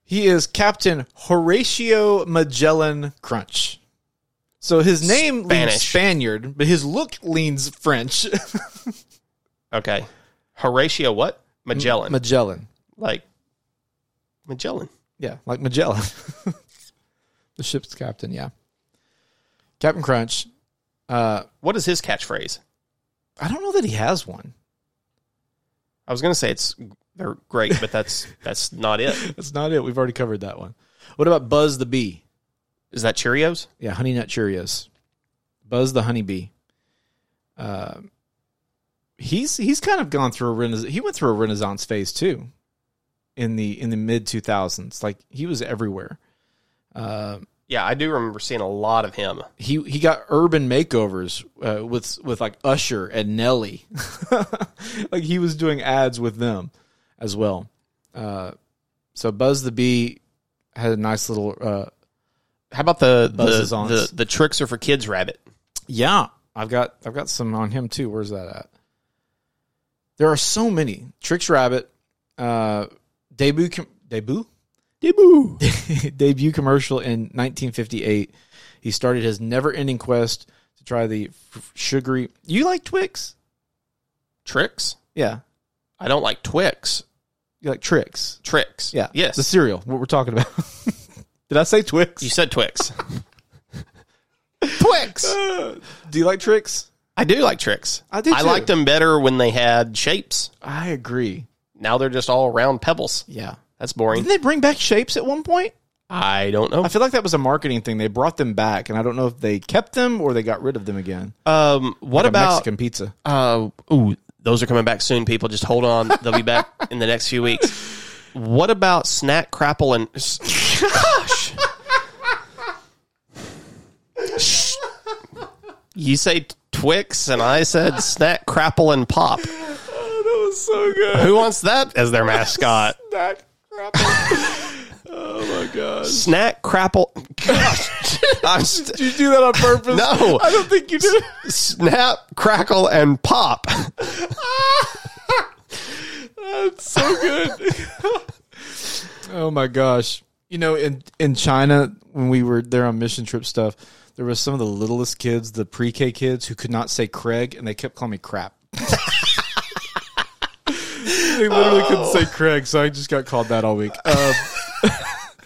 He is Captain Horatio Magellan Crunch. So his name leans Spanish. Spaniard, but his look leans French. Okay, Horatio what? Magellan. Magellan. like Magellan. Yeah, like Magellan. the ship's captain, yeah. Captain Crunch. Uh, What is his catchphrase? I don't know that he has one. I was going to say it's they're great, but that's that's not it. That's not it. We've already covered that one. What about Buzz the Bee? Is that Cheerios? Yeah, Honey Nut Cheerios. Buzz the Honeybee. Uh, he's he's kind of gone through a renaissance. He went through a renaissance phase too, in the in the mid two thousands. Like he was everywhere. Uh, Yeah, I do remember seeing a lot of him. he he got urban makeovers uh, with with like Usher and Nelly. like he was doing ads with them as well. Uh, so Buzz the Bee had a nice little uh, How about the the, Buzz's aunts. the the tricks are for kids rabbit? Yeah, I've got I've got some on him too. Where's that at? There are so many. Tricks Rabbit, uh, debut com- debut debut debut commercial in 1958. He started his never-ending quest to try the f- sugary. You like Twix? Tricks? Yeah, I don't like Twix. you like Tricks? Tricks. Yeah, Yes. the cereal. What we're talking about? Did I say Twix? you said Twix. Twix. Do you like Tricks? I do like tricks. Uh, I do, I too. liked them better when they had shapes. I agree. Now they're just all round pebbles. Yeah. That's Didn't boring. they bring back shapes at one point? I don't know. I feel like that was a marketing thing. They brought them back, and I don't know if they kept them or they got rid of them again. Um, Like what a about Mexican pizza? uh, ooh, those are coming back soon, people. Just hold on. They'll be back in the next few weeks. What about snack crapple and gosh. Shh. You say Twix and I said snack crapple and pop. That was so good. Who wants that as their mascot? That oh my gosh! Snack crapple. Gosh. I'm st- Did you do that on purpose? No. I don't think you did. snap, crackle and pop. That's so good. oh my gosh! You know, in in China, when we were there on mission trip stuff, there was some of the littlest kids, the pre K kids, who could not say Craig, and they kept calling me crap. they literally couldn't say Craig, so I just got called that all week. Uh,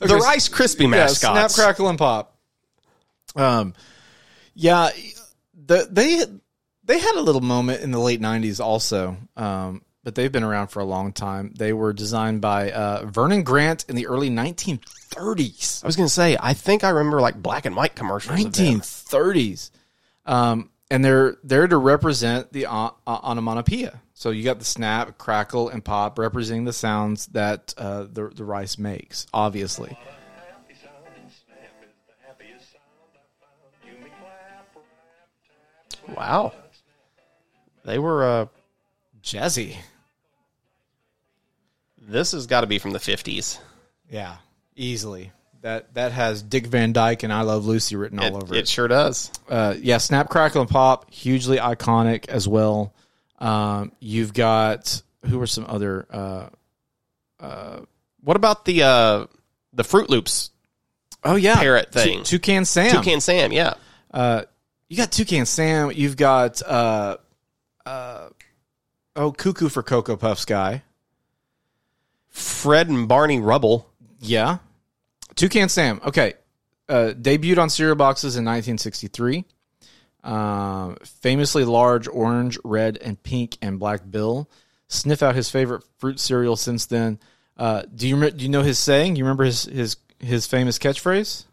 The Rice Krispie mascot. Yeah, snap, crackle, and pop. Um, yeah, the, they they had a little moment in the late '90s, also, um, but they've been around for a long time. They were designed by uh, Vernon Grant in the early 1930s. I was gonna say, I think I remember like black and white commercials. of them. 1930s, um, and they're there to represent the on- uh, onomatopoeia. So you got the snap, crackle, and pop representing the sounds that uh, the the rice makes, obviously. Happy sound and snap is the happiest sound I found. You may clap, clap, tap, clap. Wow. They were. Uh, Jazzy, this has got to be from the fifties. yeah, easily. That that has Dick Van Dyke and I Love Lucy written all it, over it it. sure does. Uh, yeah, Snap Crackle and Pop, hugely iconic as well. Um, you've got who were some other? Uh, What about the uh, the Fruit Loops oh yeah, Parrot Tou- thing. Toucan Sam. Toucan Sam? Yeah, You got Toucan Sam. You've got uh, uh, oh Cuckoo for Cocoa Puffs guy. Fred and Barney Rubble. Yeah. Toucan Sam. Okay. Uh, debuted on cereal boxes in 1963. Um, famously large orange, red, and pink and black bill. Sniff out his favorite fruit cereal since then. Uh, do you rem- do you know his saying? You remember his his his famous catchphrase?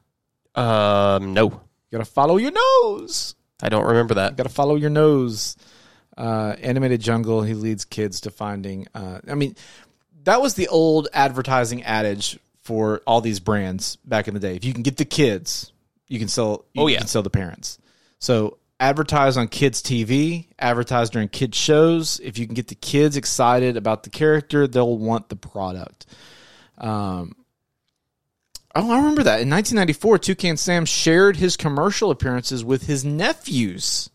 Um, no, You gotta follow your nose. I don't remember that. Got to follow your nose. Uh, animated jungle. He leads kids to finding. Uh, I mean, that was the old advertising adage for all these brands back in the day. If you can get the kids, you can sell. You Oh, yeah. can sell the parents. So advertise on kids TV. Advertise during kids shows. If you can get the kids excited about the character, they'll want the product. Um. Oh, I remember that. In 1994, Toucan Sam shared his commercial appearances with his nephews.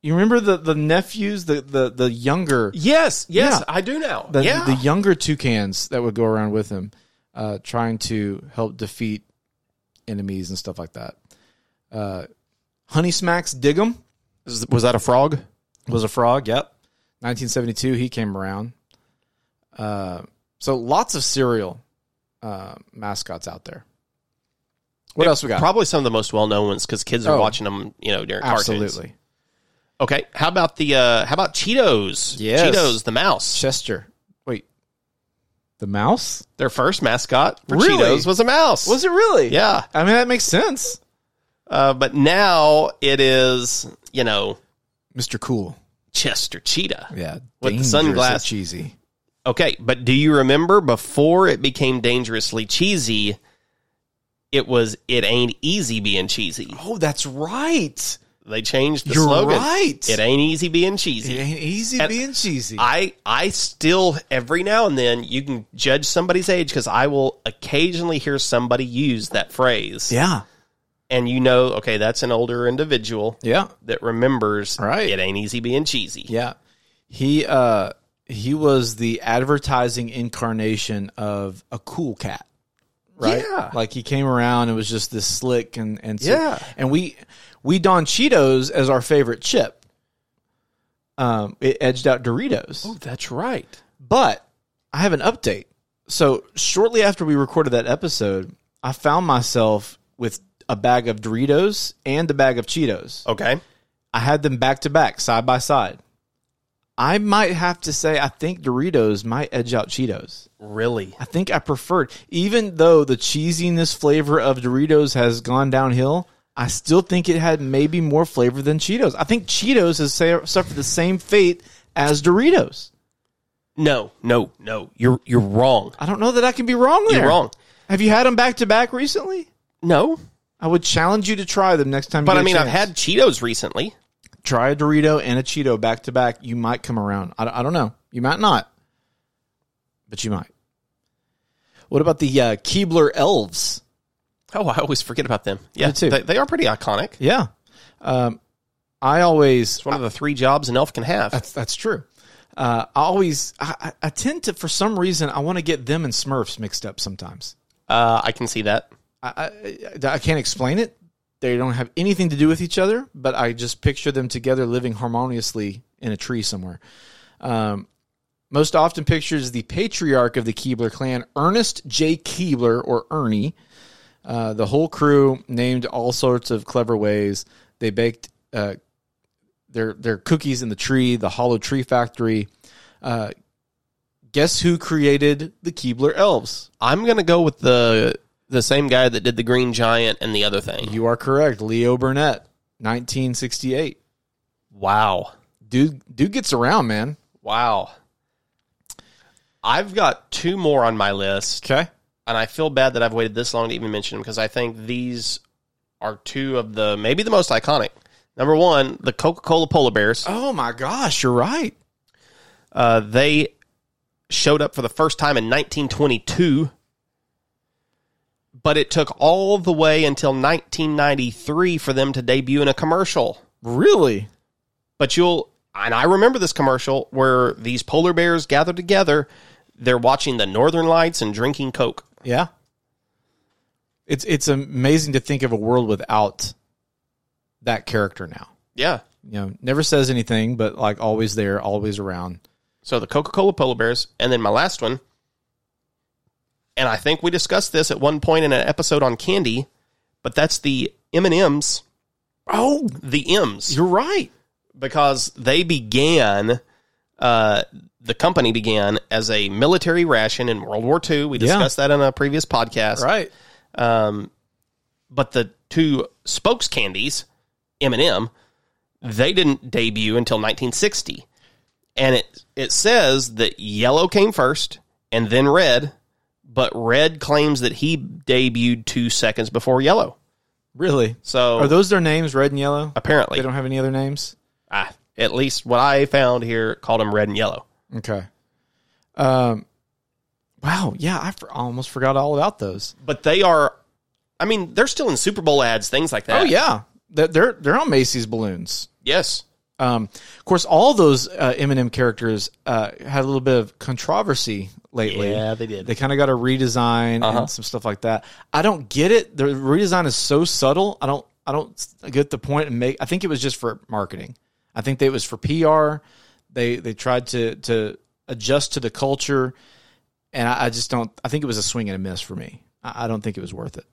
You remember the the nephews, the the the younger Yes, yes, Yeah. I do now. the, yeah, the younger toucans that would go around with him, uh, trying to help defeat enemies and stuff like that. Uh, Honey Smacks Diggum Was- was that a frog? was a frog. Yep, 1972 he came around. Uh, so lots of cereal uh, mascots out there. What else we got? Probably some of the most well known ones because kids are Oh. watching them. You know, during cartoons. Absolutely, Okay, how about the uh, how about Cheetos? Yes. Cheetos the mouse. Chester. Wait, the mouse Their first mascot for Really? Cheetos was a mouse. it really? Yeah. Yeah, I mean that makes sense. uh, but now it is you know Mr. Cool. Chester Cheetah. Yeah, With the dangerously sunglass- cheesy. Okay, but do you remember before it became dangerously cheesy? It was it ain't easy being cheesy. Oh, that's right. They changed the You're slogan. right. It ain't easy being cheesy. It ain't easy And being cheesy. I I still every now and then you can judge somebody's age because I will occasionally hear somebody use that phrase, yeah, and you know, okay, that's an older individual yeah, that remembers. Right. it ain't easy being cheesy. yeah. He uh he was the advertising incarnation of a cool cat, right? Yeah. Like he came around and was just this slick and and so- Yeah. And we we donned Cheetos as our favorite chip. Um, it edged out Doritos. that's right. But I have an update. So shortly after we recorded that episode, I found myself with a bag of Doritos and a bag of Cheetos. Okay, I had them back to back, side by side. I might have to say I think Doritos might edge out Cheetos. really? I think I preferred even though the cheesiness flavor of Doritos has gone downhill, I still think it had maybe more flavor than Cheetos. I think Cheetos has sa- suffered the same fate as Doritos. No, no, no. You're you're wrong. I don't know that I can be wrong there. You're wrong. Have you had them back to back recently? No, I would challenge you to try them next time. but you get I a mean, I've chance. had Cheetos recently. try a Dorito and a Cheeto back to back. You might come around. I, don't- I don't know. You might not, but you might. What about the uh, Keebler elves? Oh, I always forget about them. Yeah, too. They, they are pretty iconic. Yeah, um, I always It's one of the three jobs an elf can have. That's that's true. Uh, I always I, I- I tend to for some reason I want to get them and Smurfs mixed up sometimes. Uh, I can see that. I, I, I can't explain it. They don't have anything to do with each other, but I just picture them together living harmoniously in a tree somewhere. Um, most often pictures the patriarch of the Keebler clan, Ernest J. Keebler, or Ernie. Uh, the whole crew named all sorts of clever ways. They baked uh, their their cookies in the tree, the Hollow Tree Factory. Uh, guess who created the Keebler elves? I'm gonna go with the the same guy that did the Green Giant and the other thing. You are correct. Leo Burnett, 1968. Wow, Dude, dude gets around, man. wow. I've got two more on my list, Okay. and I feel bad that I've waited this long to even mention them because I think these are two of the maybe the most iconic. Number one, the Coca Cola polar bears. Oh my gosh, you're right. Uh, they showed up for the first time in 1922. but it took all the way until 1993 for them to debut in a commercial. Really? But you'll, and I remember this commercial where these polar bears gather together. They're watching the northern lights and drinking Coke. Yeah. It's it's amazing to think of a world without that character now. Yeah. You know, never says anything, but like always there, always around. So the Coca Cola polar bears. And then my last one, and I think we discussed this at one point in an episode on candy, but that's the M&M's, Oh, the M's. you're right. because they began uh, the company began as a military ration in World War II. We Yeah. discussed that in a previous podcast. Right. Um, but the two spokes candies, M and M, they didn't debut until 1960, and it it says that yellow came first and then red, but red claims that he debuted two seconds before yellow. Really? So Are those their names, red and yellow? apparently, They don't have any other names? ah, at least what I found here called them red and yellow. Okay. Um Wow, yeah, I for- almost forgot all about those. but they are i mean they're still in super bowl ads things like that Oh yeah. They're they're, they're on Macy's balloons. yes Um, of course, all those uh, Eminem characters uh, had a little bit of controversy lately. Yeah, they did. They kind of got a redesign Uh-huh. and some stuff like that. I don't get it. The redesign is so subtle. I don't. I don't s- get the point and make. I think it was just for marketing. I think that it was for PR. They they tried to to adjust to the culture, and I, I just don't. I think it was a swing and a miss for me. I, I don't think it was worth it.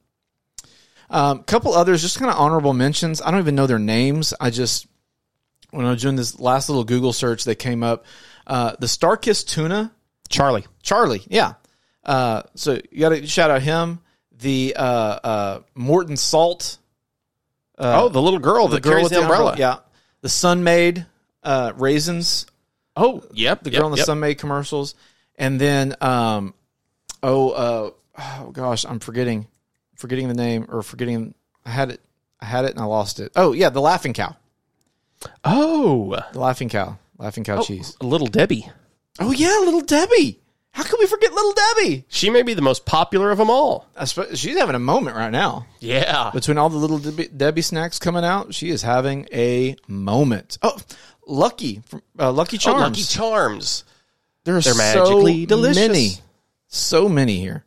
Um, couple others, just kind of honorable mentions. I don't even know their names. I just when I was doing this last little Google search that came up, uh, the Starkist tuna, charlie Charlie, yeah. Uh, so you got to shout out him. The uh, uh, Morton Salt, Uh, oh the little girl that carries the, umbrella. yeah. The Sun Maid uh, raisins, oh yep the yep, girl in the yep. Sun Maid commercials, and then um, oh uh, oh gosh, I'm forgetting, forgetting the name or forgetting. I had it, I had it, and I lost it. Oh yeah, the Laughing Cow, oh the Laughing Cow, Laughing Cow cheese. little debbie Oh yeah, Little Debbie. How can we forget Little Debbie? she may be the most popular of them all I sp- she's having a moment right now. yeah Between all the Little Debbie, Debbie snacks coming out, she is having a moment. Oh, Lucky, from, uh, Lucky Oh, Charms. lucky charms there are They're magically magically so delicious. many, so many here.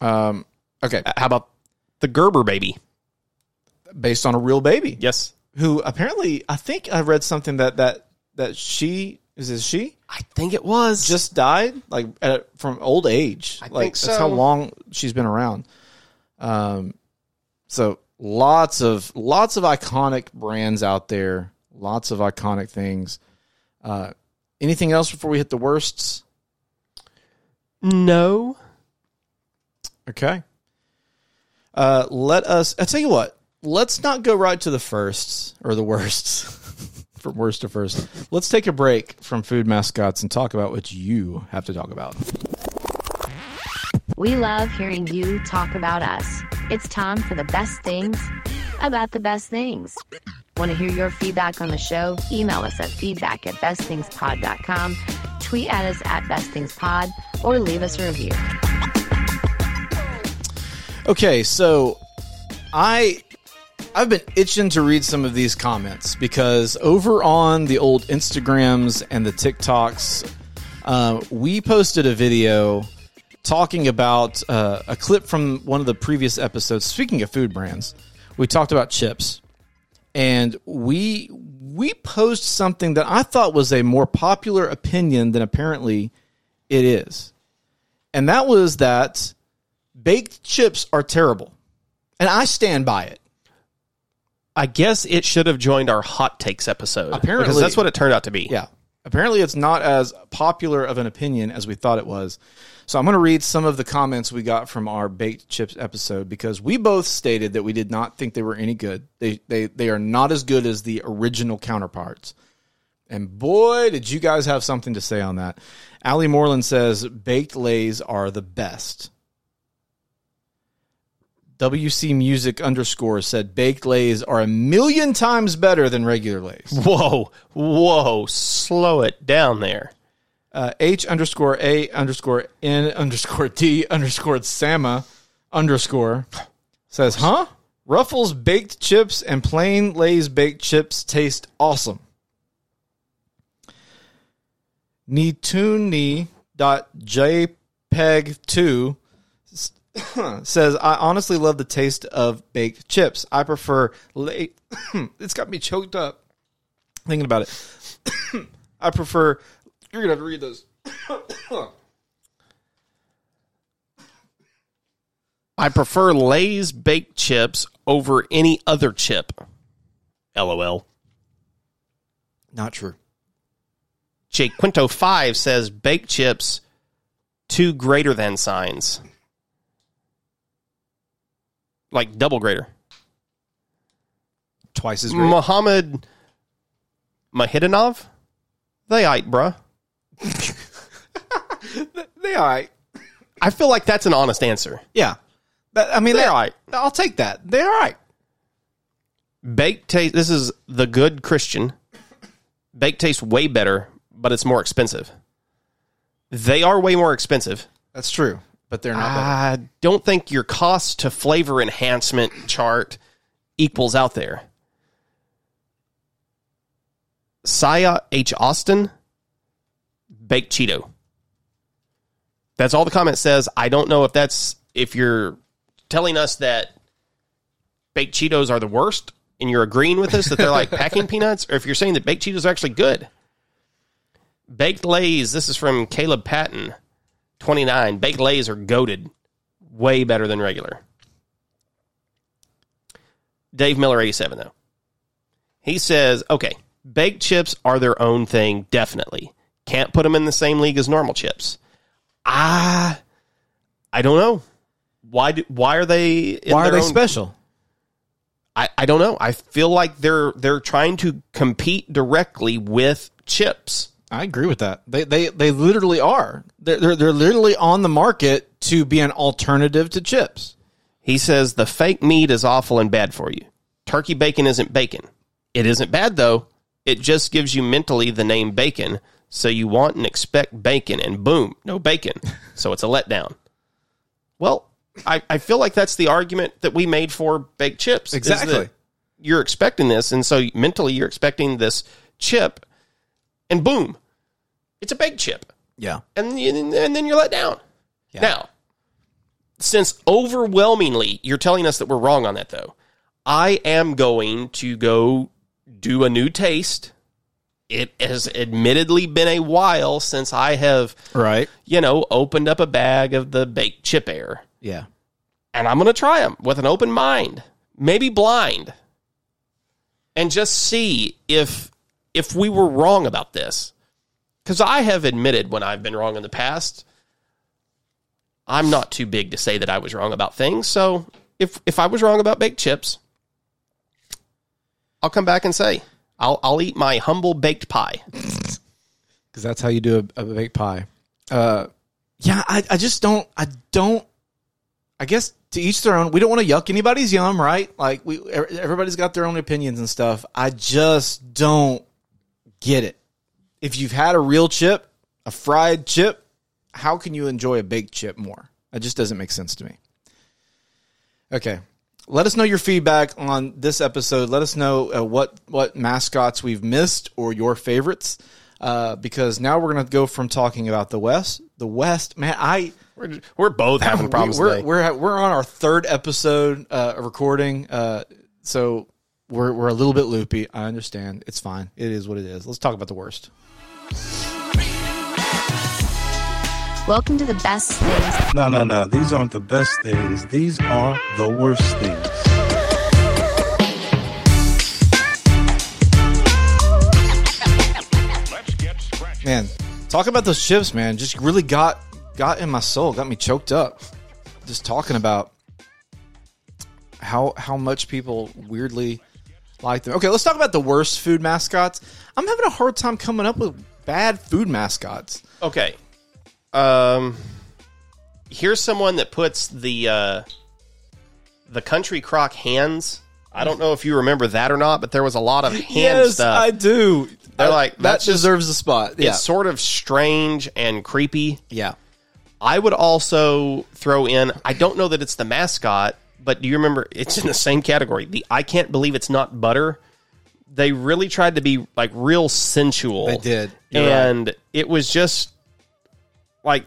Um, okay, Uh, how about the gerber baby based on a real baby yes who apparently I think I read something that that that she is it she i think it was just died like at, from old age. I like think that's how so. long she's been around. Um, so lots of lots of iconic brands out there. Lots of iconic things. Uh, anything else before we hit the worsts? no Okay. Uh, let us. I tell you what. Let's not go right to the firsts or the worsts. From worst to first, let's take a break from food mascots and talk about what you have to talk about. We love hearing you talk about us. It's time for the best things about the best things. Want to hear your feedback on the show? Email us at feedback at bestthingspod.com, tweet at us at bestthingspod, or leave us a review. Okay, so I I've been itching to read some of these comments because over on the old Instagrams and the TikToks, uh, we posted a video talking about uh, a clip from one of the previous episodes. Speaking of food brands, we talked about chips, and we we posed something that I thought was a more popular opinion than apparently it is, and that was that baked chips are terrible. And I stand by it. i guess it should have joined our hot takes episode Apparently. because that's what it turned out to be Yeah. Apparently, it's not as popular of an opinion as we thought it was. So, I'm going to read some of the comments we got from our baked chips episode because we both stated that we did not think they were any good. They, they, they are not as good as the original counterparts. And boy, did you guys have something to say on that. Allie Moreland says, Baked Lays are the best. WC Music underscore said, Baked Lays are a million times better than regular Lays. whoa whoa slow it down there uh, H underscore A underscore N underscore D underscore Sama underscore says, "Huh? Ruffles baked chips and plain Lay's baked chips taste awesome." E Neetuni.jpeg2 s- says, "I honestly love the taste of baked chips. I prefer Lay. it's got me choked up thinking about it. I prefer. You're gonna have to read those." I prefer Lay's baked chips over any other chip. LOL. Not true. Jake Quinto Five says baked chips, two greater than signs, like double greater. Twice as great. Mohammed Mahidinov, they ate, bruh. They all right. I feel like that's an honest answer. Yeah. But, I mean, They're that- all right. I'll take that. They're all right. Baked taste. This is the good Christian. Baked tastes way better, but it's more expensive. They are way more expensive. That's true. But they're not. better. I don't think your cost to flavor enhancement chart equals out there. Saya H. Austin, baked Cheeto. That's all the comment says. I don't know if that's if you're telling us that baked Cheetos are the worst and you're agreeing with us that they're like packing peanuts, or if you're saying that baked Cheetos are actually good. Baked Lays, this is from Caleb Patton. 29. Baked lays are goaded. Way better than regular. Dave Miller, 87, though. He says, okay, baked chips are their own thing, definitely. Can't put them in the same league as normal chips. Ah, I don't know. Why, do, why are they in Why are their they own- special? I, I don't know. I feel like they're they're trying to compete directly with chips. I agree with that. They they they literally are. They're, they're they're literally on the market to be an alternative to chips. He says the fake meat is awful and bad for you. Turkey bacon isn't bacon. It isn't bad though. It just gives you mentally the name bacon, so you want and expect bacon, and boom, no bacon. So it's a letdown. Well, I, I feel like that's the argument that we made for baked chips. is that Exactly. You're expecting this, and so mentally you're expecting this chip, and boom, it's a baked chip Yeah. and you- and then you're let down. Now, since overwhelmingly you're telling us that we're wrong on that, though, I am going to go do a new taste. It has admittedly been a while since I have, Right. you know, opened up a bag of the baked chip air, Yeah. and I'm going to try them with an open mind, maybe blind, and just see if if we were wrong about this because I have admitted when I've been wrong in the past. I'm not too big to say that I was wrong about things. So if if I was wrong about baked chips, I'll come back and say I'll I'll eat my humble baked pie. Because that's how you do a, a baked pie. Uh, yeah. I I just don't. I don't. I guess to each their own. We don't want to yuck anybody's yum, right? Like we e- everybody's got their own opinions and stuff. I just don't get it. If you've had a real chip, a fried chip, how can you enjoy a baked chip more? That just doesn't make sense to me. Okay. Let us know your feedback on this episode. Let us know uh, what what mascots we've missed or your favorites. Uh, because now we're gonna go from talking about the West, the West. Man, I We're, we're both having problems. we, are today. we're we're on our third episode uh, recording, uh, so we're we're a little bit loopy. I understand. It's fine. It is what it is. Let's talk about the worst. Welcome to the best things No, no, no. These aren't the best things. These are the worst things. Let's get scratched. Man, talk about those chips, man. Just really got got in my soul. Got me choked up. Just talking about how how much people weirdly like them. Okay, let's talk about the worst food mascots. I'm having a hard time coming up with bad food mascots. Okay. Um here's someone that puts the uh the country crock hands. I don't know if you remember that or not, but there was a lot of hand stuff. do. Uh, They're like, that that's just- deserves a spot. Yeah, It's sort of strange and creepy. yeah. I would also throw in. I don't know that it's the mascot, but do you remember? It's in the same category. The I can't believe it's not butter. They really tried to be like real sensual. They did. You're right. and it was just like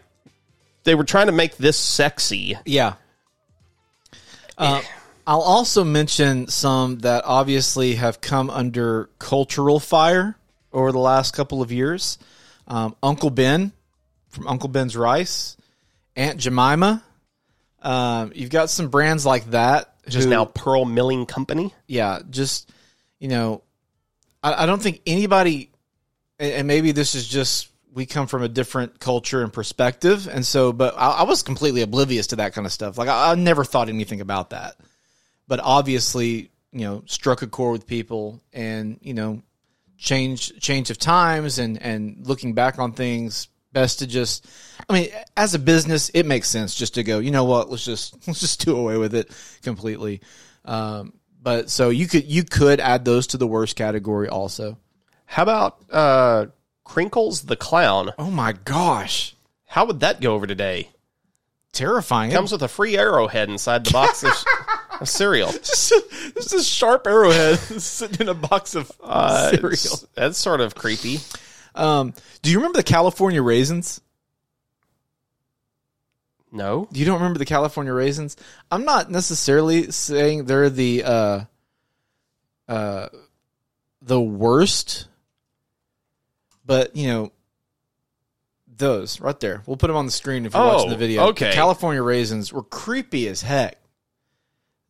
they were trying to make this sexy. Yeah. Eh. Uh, I'll also mention some that obviously have come under cultural fire over the last couple of years. Um, Uncle Ben from Uncle Ben's Rice, Aunt Jemima. Um, you've got some brands like that. Just who- now, Pearl Milling Company. yeah, just you know, I, I don't think anybody, and, and maybe this is just we come from a different culture and perspective, and so, but I, I was completely oblivious to that kind of stuff. Like I, I never thought anything about that, but obviously, you know, struck a chord with people, and you know, change change of times and and looking back on things best to just i mean as a business it makes sense just to go you know what let's just let's just do away with it completely um but so you could you could add those to the worst category also How about uh, Crinkles the Clown? oh my gosh How would that go over today? terrifying Comes with a free arrowhead inside the box of, of cereal. just a, just a sharp arrowhead sitting in a box of Uh, cereal it's- That's sort of creepy. um do you remember the california raisins No. you don't remember the California raisins? I'm not necessarily saying they're the uh, uh, the worst, but you know those right there. We'll put them on the screen if you're Oh, watching the video. okay. The California raisins were creepy as heck.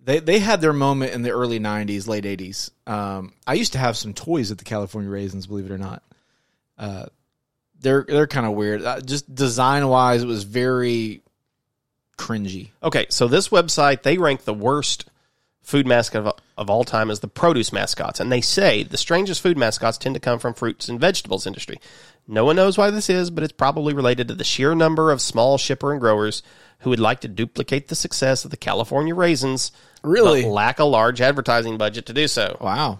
They they had their moment in the early '90s, late '80s. Um, I used to have some toys at the California raisins, believe it or not. Uh, they're they're kind of weird. Uh, just design wise, it was very cringy. Okay, so this website, they rank the worst food mascot of, of all time as the produce mascots. And they say the strangest food mascots tend to come from fruits and vegetables industry. No one knows why this is, but it's probably related to the sheer number of small shipper and growers who would like to duplicate the success of the California raisins, Really? but lack a large advertising budget to do so. Wow.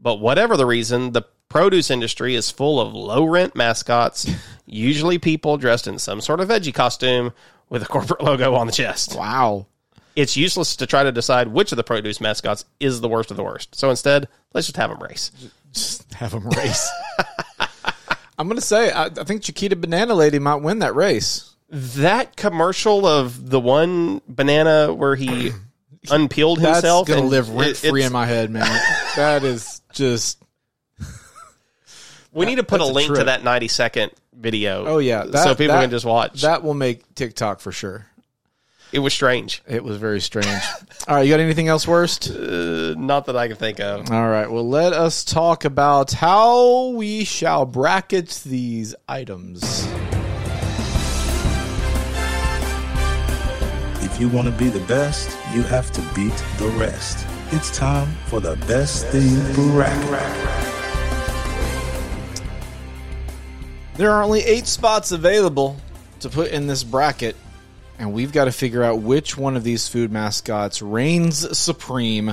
But whatever the reason, the produce industry is full of low rent mascots, usually people dressed in some sort of veggie costume with a corporate logo on the chest. Wow. It's useless to try to decide which of the produce mascots is the worst of the worst. So instead, let's just have them race. Just have them race. I'm going to say, I, I think Chiquita Banana Lady might win that race. That commercial of the one banana where he unpeeled That's himself going to and live rent it- free it's- in my head, man. that is just, We need to put a that's a link to trip. that 90 second video. oh, yeah. so That- people that- can just watch. That will make TikTok for sure. it was strange. It was very strange. All right. You got anything else worst? Uh, Not that I can think of. All right. Well, let us talk about how we shall bracket these items. If you want to be the best, you have to beat the rest. It's time for the best thing bracket. There are only eight spots available to put in this bracket, and we've got to figure out which one of these food mascots reigns supreme.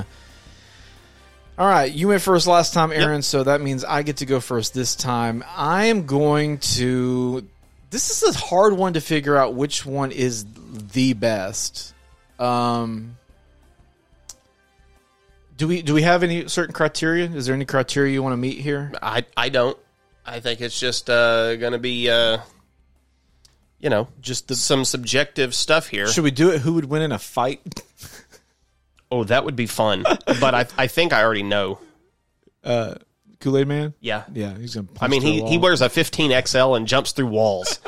All right, you went first last time, Aaron, so that means I get to go first this time. I am going to. This is a hard one to figure out which one is the best. Um, do we do we have any certain criteria? Is there any criteria you want to meet here? I I don't. I think it's just uh, going to be, uh, you know, Just the some subjective stuff here. Should we do it? Who would win in a fight? Oh, that would be fun. but I I think I already know. Kool Aid Man. Yeah. Yeah, he's gonna. Punch I mean, through a he, wall. he wears a 15XL and jumps through walls.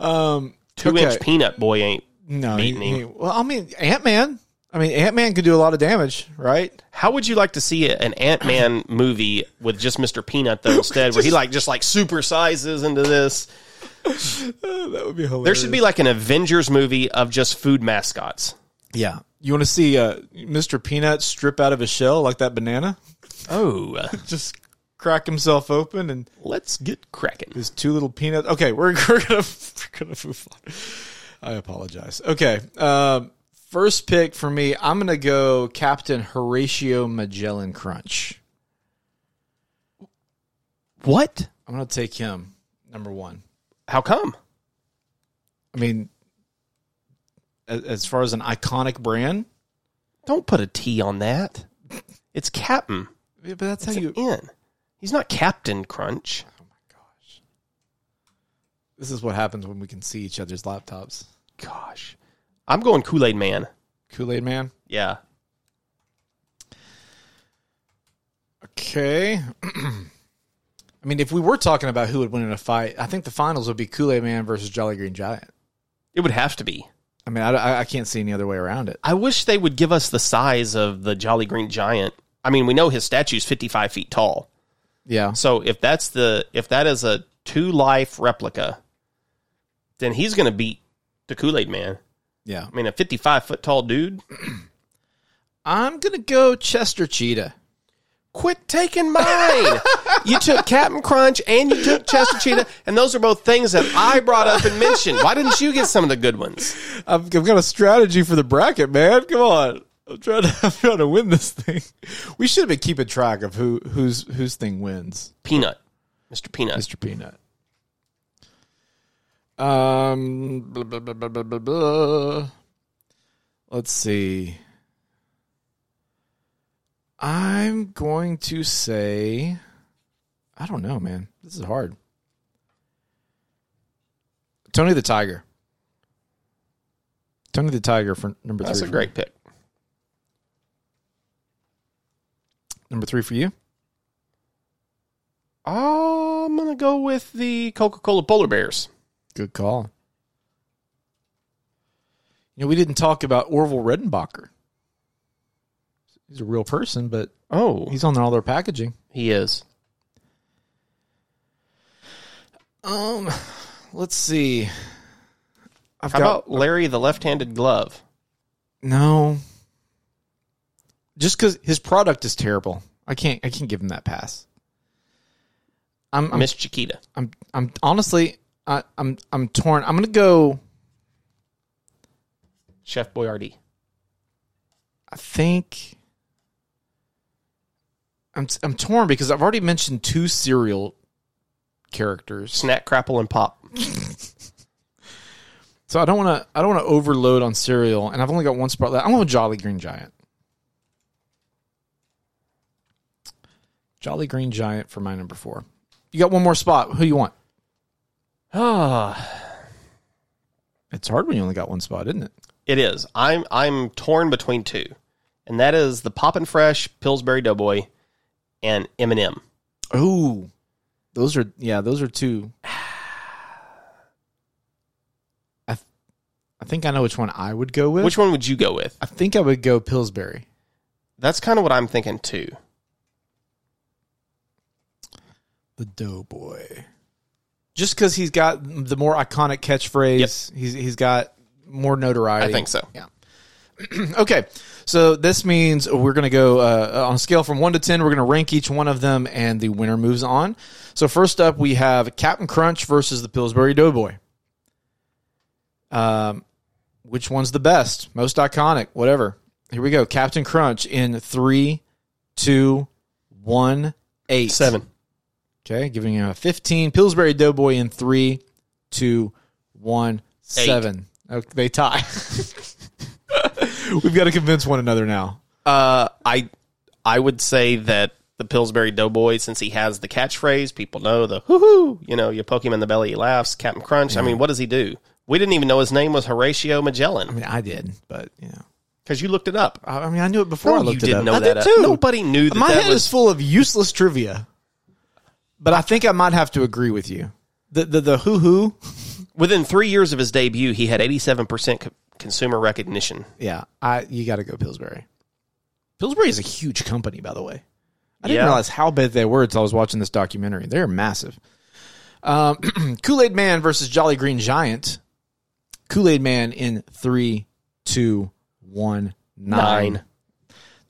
um, Two okay. inch peanut boy ain't. no. he- beating him. he- well, I mean, Ant Man. I mean, Ant Man could do a lot of damage, right? How would you like to see an Ant Man movie with just Mr. Peanut though instead, where he like just like supersizes into this? That would be hilarious. There should be like an Avengers movie of just food mascots. Yeah, you want to see uh, Mr. Peanut strip out of his shell like that banana, Oh, just crack himself open, and let's get cracking. his two little peanuts. Okay, we're we're gonna we're gonna move on. I apologize. Okay, um, first pick for me. I'm gonna go Captain Horatio Magellan Crunch. What? I'm gonna take him number one. How come? I I mean, a- as far as an iconic brand, Don't put a T on that. It's Captain. yeah, but that's how It's an you. N. He's not Captain Crunch. This is what happens when we can see each other's laptops. Gosh. I'm going Kool Aid Man. Kool Aid Man. Yeah. Okay. I mean, if we were talking about who would win in a fight, I think the finals would be Kool Aid Man versus Jolly Green Giant. It would have to be. I mean, I, I- I can't see any other way around it. I wish they would give us the size of the Jolly Green Giant. I mean, we know his statue's 55 feet tall. Yeah. So if that's the if that is a two life replica, then he's going to beat the Kool Aid Man. Yeah. I mean, a 55 foot tall dude. I'm going to go Chester Cheetah. Quit taking mine. you took Captain Crunch and you took Chester Cheetah, and those are both things that I brought up and mentioned. Why didn't you get some of the good ones? I've, I've got a strategy for the bracket, man. Come on. I'm trying to I'm trying to win this thing. We should have been keeping track of who whose whose thing wins. Peanut, Mr. Peanut. Mr. Peanut. Um, blah, blah, blah, blah, blah, blah, blah. Let's see. I'm going to say, I don't know, man. This is hard. Tony the Tiger. Tony the Tiger for number That's a three. for great me. pick. Number three for you. I'm gonna go with the Coca-Cola polar bears. Good call. You know, we didn't talk about Orville Redenbacher. He's a real person, but Oh, he's on all their packaging. he is. Um, let's see. I've How about Larry the left-handed glove? no. Just because his product is terrible, I can't. I can't give him that pass. I'm, I'm Miss Chiquita. I'm I'm honestly I, I'm I'm torn. I'm gonna go. Chef Boyardee. I think I'm I'm torn because I've already mentioned two serial characters, Snack, Crapple, and Pop. so I don't want to I don't want to overload on serial, and I've only got one spot left. I'm going with Jolly Green Giant. Jolly Green Giant for my number four. You got one more spot. Who you want? Ah, It's hard when you only got one spot, isn't it? it is. I'm I'm torn between two, and that is the Poppin' Fresh Pillsbury Doughboy and M&M. Oh, those are yeah, those are two. I th- I think I know which one I would go with. Which one would you go with? I think I would go Pillsbury. That's kind of what I'm thinking too. The Doughboy. Just because he's got the more iconic catchphrase, he's he's got more notoriety. I think so. Yeah. okay, so this means we're going to go uh, on a scale from one to ten. We're going to rank each one of them, and the winner moves on. So first up, we have Captain Crunch versus the Pillsbury Doughboy. Um, which one's the best, most iconic, whatever? Here we go. Captain Crunch in three, two, one, eight, Seven. Okay, giving him a 15. Pillsbury Doughboy in three, two, one, seven. Okay, they tie. We've got to convince one another now. Uh, I I would say that the Pillsbury Doughboy, since he has the catchphrase, people know the hoo hoo. You know, you poke him in the belly, he laughs. Captain Crunch. I mean, what does he do? We didn't even know his name was Horatio I Magellan mean, I did, but you know, because you looked it up. I, I mean, I knew it before. I No, looked you it didn't up. know I that. did too. Nobody knew that. My that head was, is full of useless trivia, but I think I might have to agree with you. The the the hoo hoo. within three years of his debut. He had eighty-seven percent co- consumer recognition. Yeah, I you got to go Pillsbury. Pillsbury is a huge company, by the way. I didn't Yeah. realize how big they were until I was watching this documentary. They're massive. Um, Kool Aid Man versus Jolly Green Giant. Kool Aid Man in three, two, one, nine. Nine.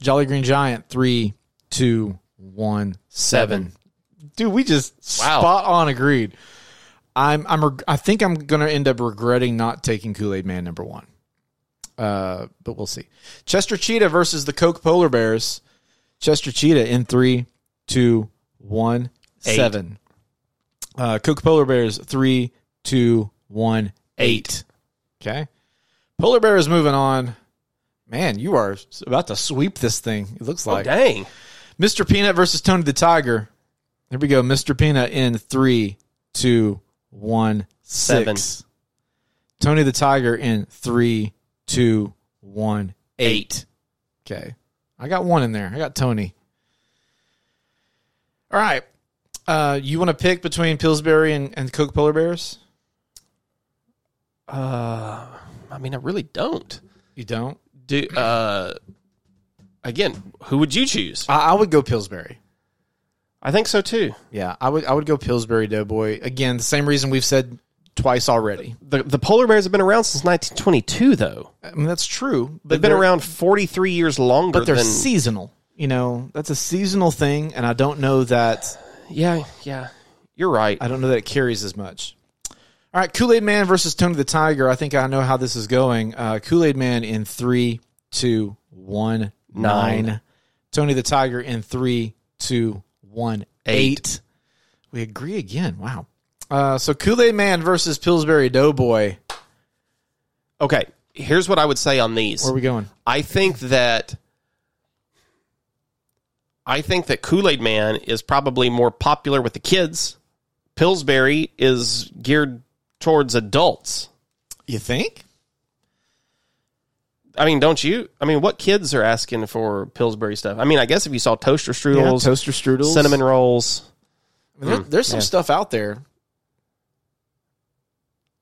Jolly Green Giant three, two, one, seven. Dude, we just Wow. spot on agreed. I'm I'm reg- I think I'm gonna end up regretting not taking Kool Aid Man number one. Uh, but we'll see. Chester Cheetah versus the Coke Polar Bears. Chester Cheetah in three, two, one, Eight. seven. Uh, Coke Polar Bears three, two, one, eight. Okay. Polar bear is moving on. Man, you are s- about to sweep this thing. It looks Oh, like dang. Mr. Peanut versus Tony the Tiger. Here we go. Mr. Peanut in three, two, one, Seven. six. Tony the Tiger in three, two, one, eight. Okay. I got one in there. I got Tony. All right. Uh, you want to pick between Pillsbury and, and Coke Polar Bears? Uh, I mean, I really don't. You don't? Do uh, again, who would you choose? I, I would go Pillsbury. I think so too. Yeah, I would I would go Pillsbury Doughboy. Again, the same reason we've said twice already. The the polar bears have been around since 1922, though. I mean that's true. But They've been they're- around 43 years longer. but they're than, seasonal. You know, that's a seasonal thing, and I don't know that yeah, yeah. You're right. I don't know that it carries as much. All right, Kool Aid Man versus Tony the Tiger. I think I know how this is going. Uh, Kool Aid Man in three, two, one, nine. Nine. Tony the Tiger in three, two, one, eight. Eight. We agree again. Wow. Uh, so Kool Aid Man versus Pillsbury Doughboy. Okay, here's what I would say on these. Where are we going? I think that I think that Kool-Aid Man is probably more popular with the kids. Pillsbury is geared towards adults. You think? I mean, don't you? I mean, what kids are asking for Pillsbury stuff? I mean, I guess if you saw toaster strudels, toaster strudels, cinnamon Hmm. rolls, I mean, there- there's some stuff out there.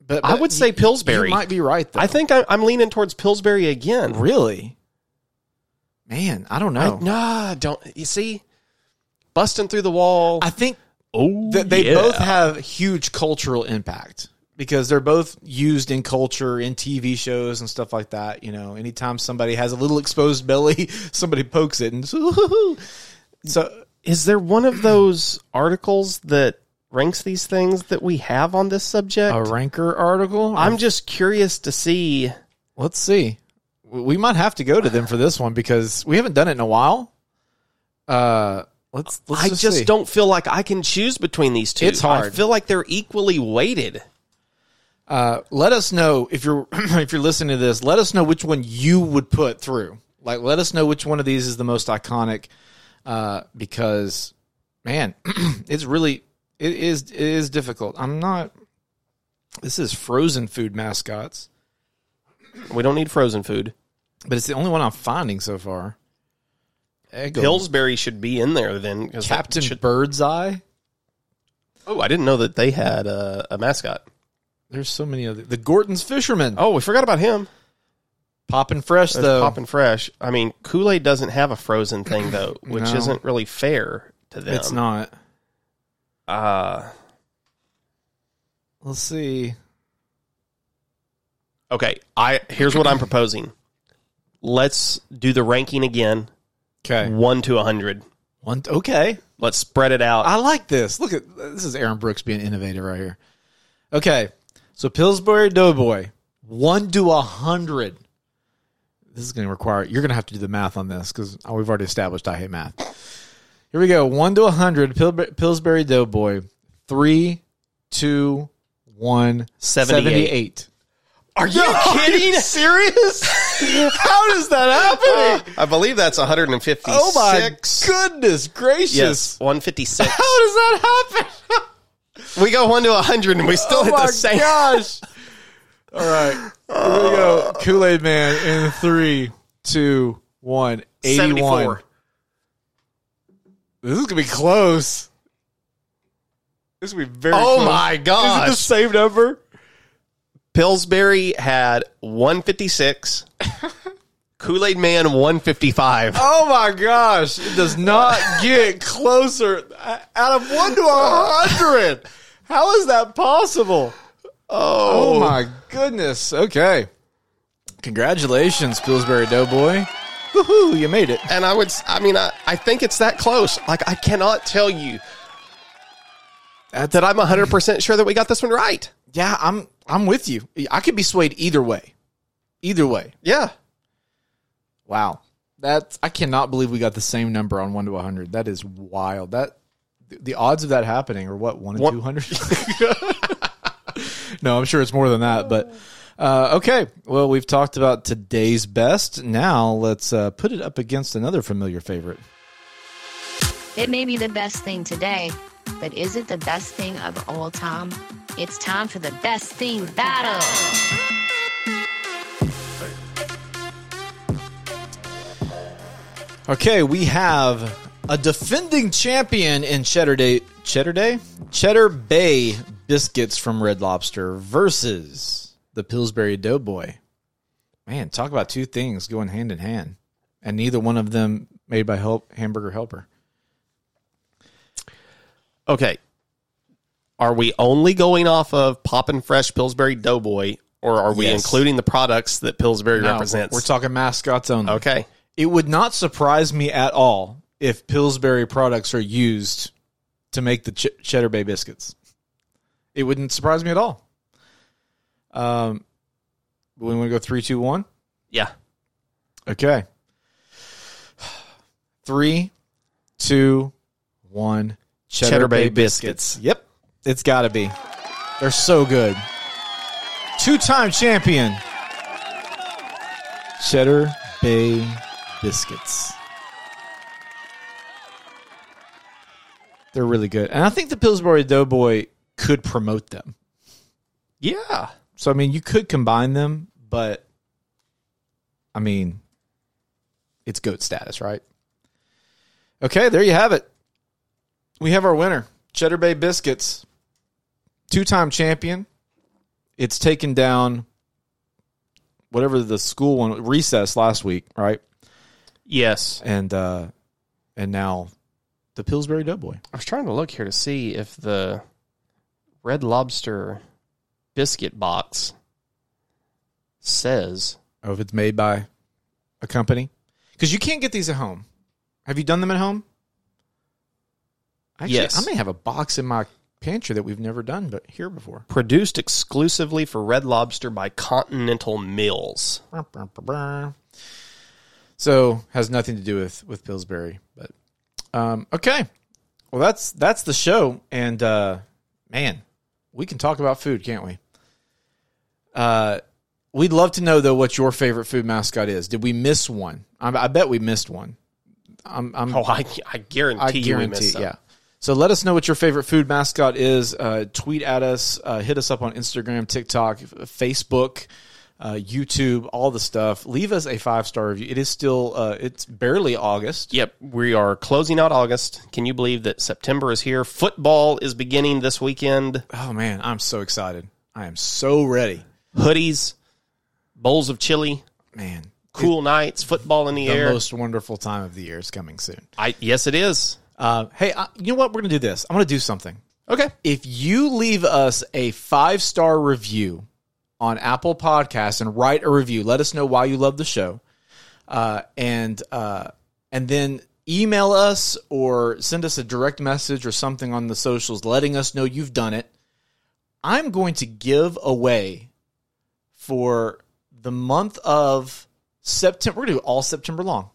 But, I but would you- say Pillsbury. You might be right. Though. I think I, I'm leaning towards Pillsbury again. really, man, I don't I, know. I, nah, don't you see? Busting through the wall. think oh, that they yeah. both have huge cultural impact because they're both used in culture, in TV shows and stuff like that. You know, anytime somebody has a little exposed belly, somebody pokes it, and so. so Is there one of those articles that ranks these things that we have on this subject? a ranker article. I'm just curious to see. Let's see. W- We might have to go to them for this one because we haven't done it in a while. Uh, let's. let's I just, just, see. don't feel like I can choose between these two. It's hard. I feel like they're equally weighted. Uh, let us know if you're if you're listening to this. Let us know which one you would put through. Like, let us know which one of these is the most iconic. Uh, because man, it's really it is it is difficult. I'm not. This is frozen food mascots, We don't need frozen food. but it's the only one I'm finding so far. Eggo, Pillsbury should be in there then. 'cause that Captain should- Birdseye. oh, I didn't know that they had a, a mascot. There's so many other the Gordon's fisherman. Oh, we forgot about him. popping fresh There's though. Poppin' Fresh. I mean, Kool Aid doesn't have a frozen thing though, which No. isn't really fair to them. It's not. Uh, Let's see. Okay, I here's what I'm proposing. Let's do the ranking again, Okay. one to hundred. One. Okay. Let's spread it out. I like this. Look at this is Aaron Brooks being innovative right here. Okay. So Pillsbury Doughboy, one to a hundred. This is going to require you're going to have to do the math on this because we've already established I hate math. Here we go. One to a hundred. Pil- Pillsbury Doughboy. Three, two, one, Seventy-eight. seventy-eight. Are you kidding? serious? How does that happen? I believe that's 156. Oh my goodness gracious! Yes, 156. How does that happen? Oh we go one to 100 and we still hit the same. gosh! All right, here we go. Kool Aid Man in three, two, one. Eighty-one. 74. This is gonna be close. This will be very. Oh close. my Is gosh. it the same number? Pillsbury had 156. Kool Aid Man 155. Oh my gosh! It does not get closer. Uh, Out of one to a hundred, how is that possible? Oh my goodness! Okay, congratulations, Pillsbury Doughboy. Woohoo! You made it. and I would, s- I mean, I, I think it's that close. Like, I cannot tell you uh, that I'm 100% sure that we got this one right. Yeah, I'm. I'm with you. I could be swayed either way. Either way. Yeah. Wow. That's I cannot believe we got the same number on one to hundred. That is wild. That the odds of that happening are what one in One- two hundred. no, I'm sure it's more than that. But Uh, okay, well, we've talked about today's best. Now let's uh, put it up against another familiar favorite. It may be the best thing today, but is it the best thing of all time? It's time for the best thing battle. Okay, we have a defending champion in Cheddar Day, Cheddar Day, Cheddar Bay biscuits from Red Lobster versus the Pillsbury Doughboy. Man, talk about two things going hand in hand, and neither one of them made by Help Hamburger Helper. Okay. Are we only going off of Poppin' Fresh Pillsbury Doughboy, or are we Yes. including the products that Pillsbury No, represents? We're talking mascots only. okay. It would not surprise me at all if Pillsbury products are used to make the ch- Cheddar Bay biscuits. It wouldn't surprise me at all. Um, we want to go three, two, one. Yeah. Okay. Three, two, one. Cheddar, Bay, biscuits. Yep, it's got to be. They're so good. Two-time champion. Cheddar Bay biscuits. They're really good, and I think the Pillsbury Doughboy could promote them. Yeah. So I mean, you could combine them, but I mean, it's goat status, right? Okay, there you have it. We have our winner, Cheddar Bay Biscuits, two-time champion. It's taken down whatever the school one recess last week, right? Yes. And uh and now the Pillsbury Doughboy. I was trying to look here to see if the Red Lobster biscuit box says Oh, if it's made by a company, because you can't get these at home. Have you done them at home? Actually, Yes. I may have a box in my pantry that we've never done, but here before. produced exclusively for Red Lobster by Continental Mills. So has nothing to do with with Pillsbury, but um, okay. Well, that's that's the show, and uh, man, we can talk about food, can't we? Uh, we'd love to know though what your favorite food mascot is. Did we miss one? I, I bet we missed one. I'm, I'm Oh, I, I guarantee Hmm. I you we guarantee, missed some. yeah. So let us know what your favorite food mascot is. Uh, tweet at us. Uh, hit us up on Instagram, TikTok, Facebook, uh, YouTube, all the stuff. Leave us a five star review. It is still, uh, it's barely August. Yep, we are closing out August. Can you believe that September is here? Football is beginning this weekend. Oh man, I'm so excited. I am so ready, Hoodies, bowls of chili, man. cool nights, football in the, The air. most wonderful time of the year is coming soon. I yes, it is. Uh, hey, I, you know what? We're gonna do this. I'm gonna do something. Okay, if you leave us a five star review on Apple Podcasts and write a review, let us know why you love the show, uh, and uh, and then email us or send us a direct message or something on the socials, letting us know you've done it. I'm going to give away for the month of September. We're going to do all September long.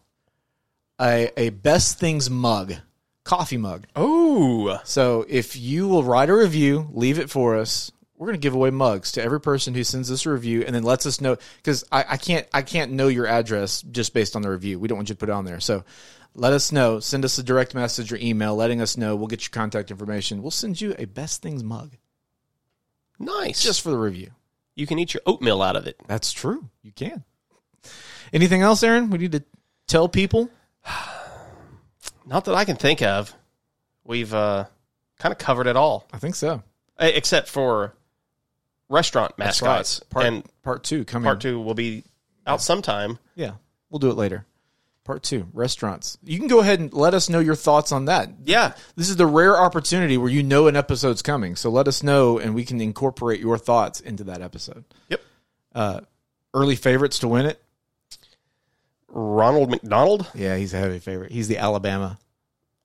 A, a best things mug, coffee mug. Oh, So if you will write a review, leave it for us. We're going to give away mugs to every person who sends us a review and then lets us know because I, I can't I can't know your address just based on the review. We don't want you to put it on there. So let us know. Send us a direct message or email letting us know. We'll get your contact information. We'll send you a best things mug nice. just for the review. you can eat your oatmeal out of it. That's true. You can. Anything else, Aaron? We need to tell people. Not that I can think of. We've uh, kind of covered it all, I think so. Eh, except for restaurant mascots. Part, and part two coming. part two will be out sometime. Yeah, we'll do it later. Part two, restaurants. You can go ahead and let us know your thoughts on that. Yeah, This is the rare opportunity where you know an episode's coming, so let us know and we can incorporate your thoughts into that episode. Yep. Uh, early favorites to win it. Ronald McDonald. Yeah, he's a heavy favorite. He's the Alabama.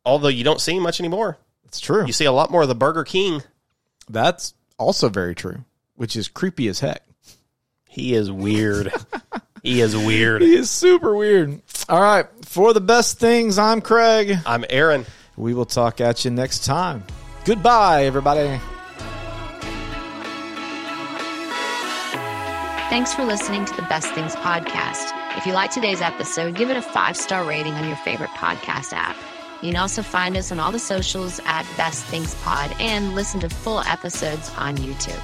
Although you don't see him much anymore. It's true. You see a lot more of the Burger King. That's also very true, which is creepy as heck. He is weird. he is weird. He is super weird. All right, for the best things, I'm Craig. I'm Aaron. We will talk at you next time. Goodbye, everybody. Thanks for listening to the Best Things podcast. If you like today's episode, give it a five star rating on your favorite podcast app. You can also find us on all the socials at Best Things Pod and listen to full episodes on YouTube.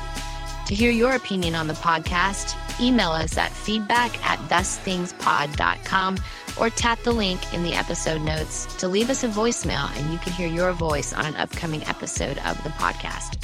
To hear your opinion on the podcast, email us at feedback at bestthingspod.com or tap the link in the episode notes to leave us a voicemail and you can hear your voice on an upcoming episode of the podcast.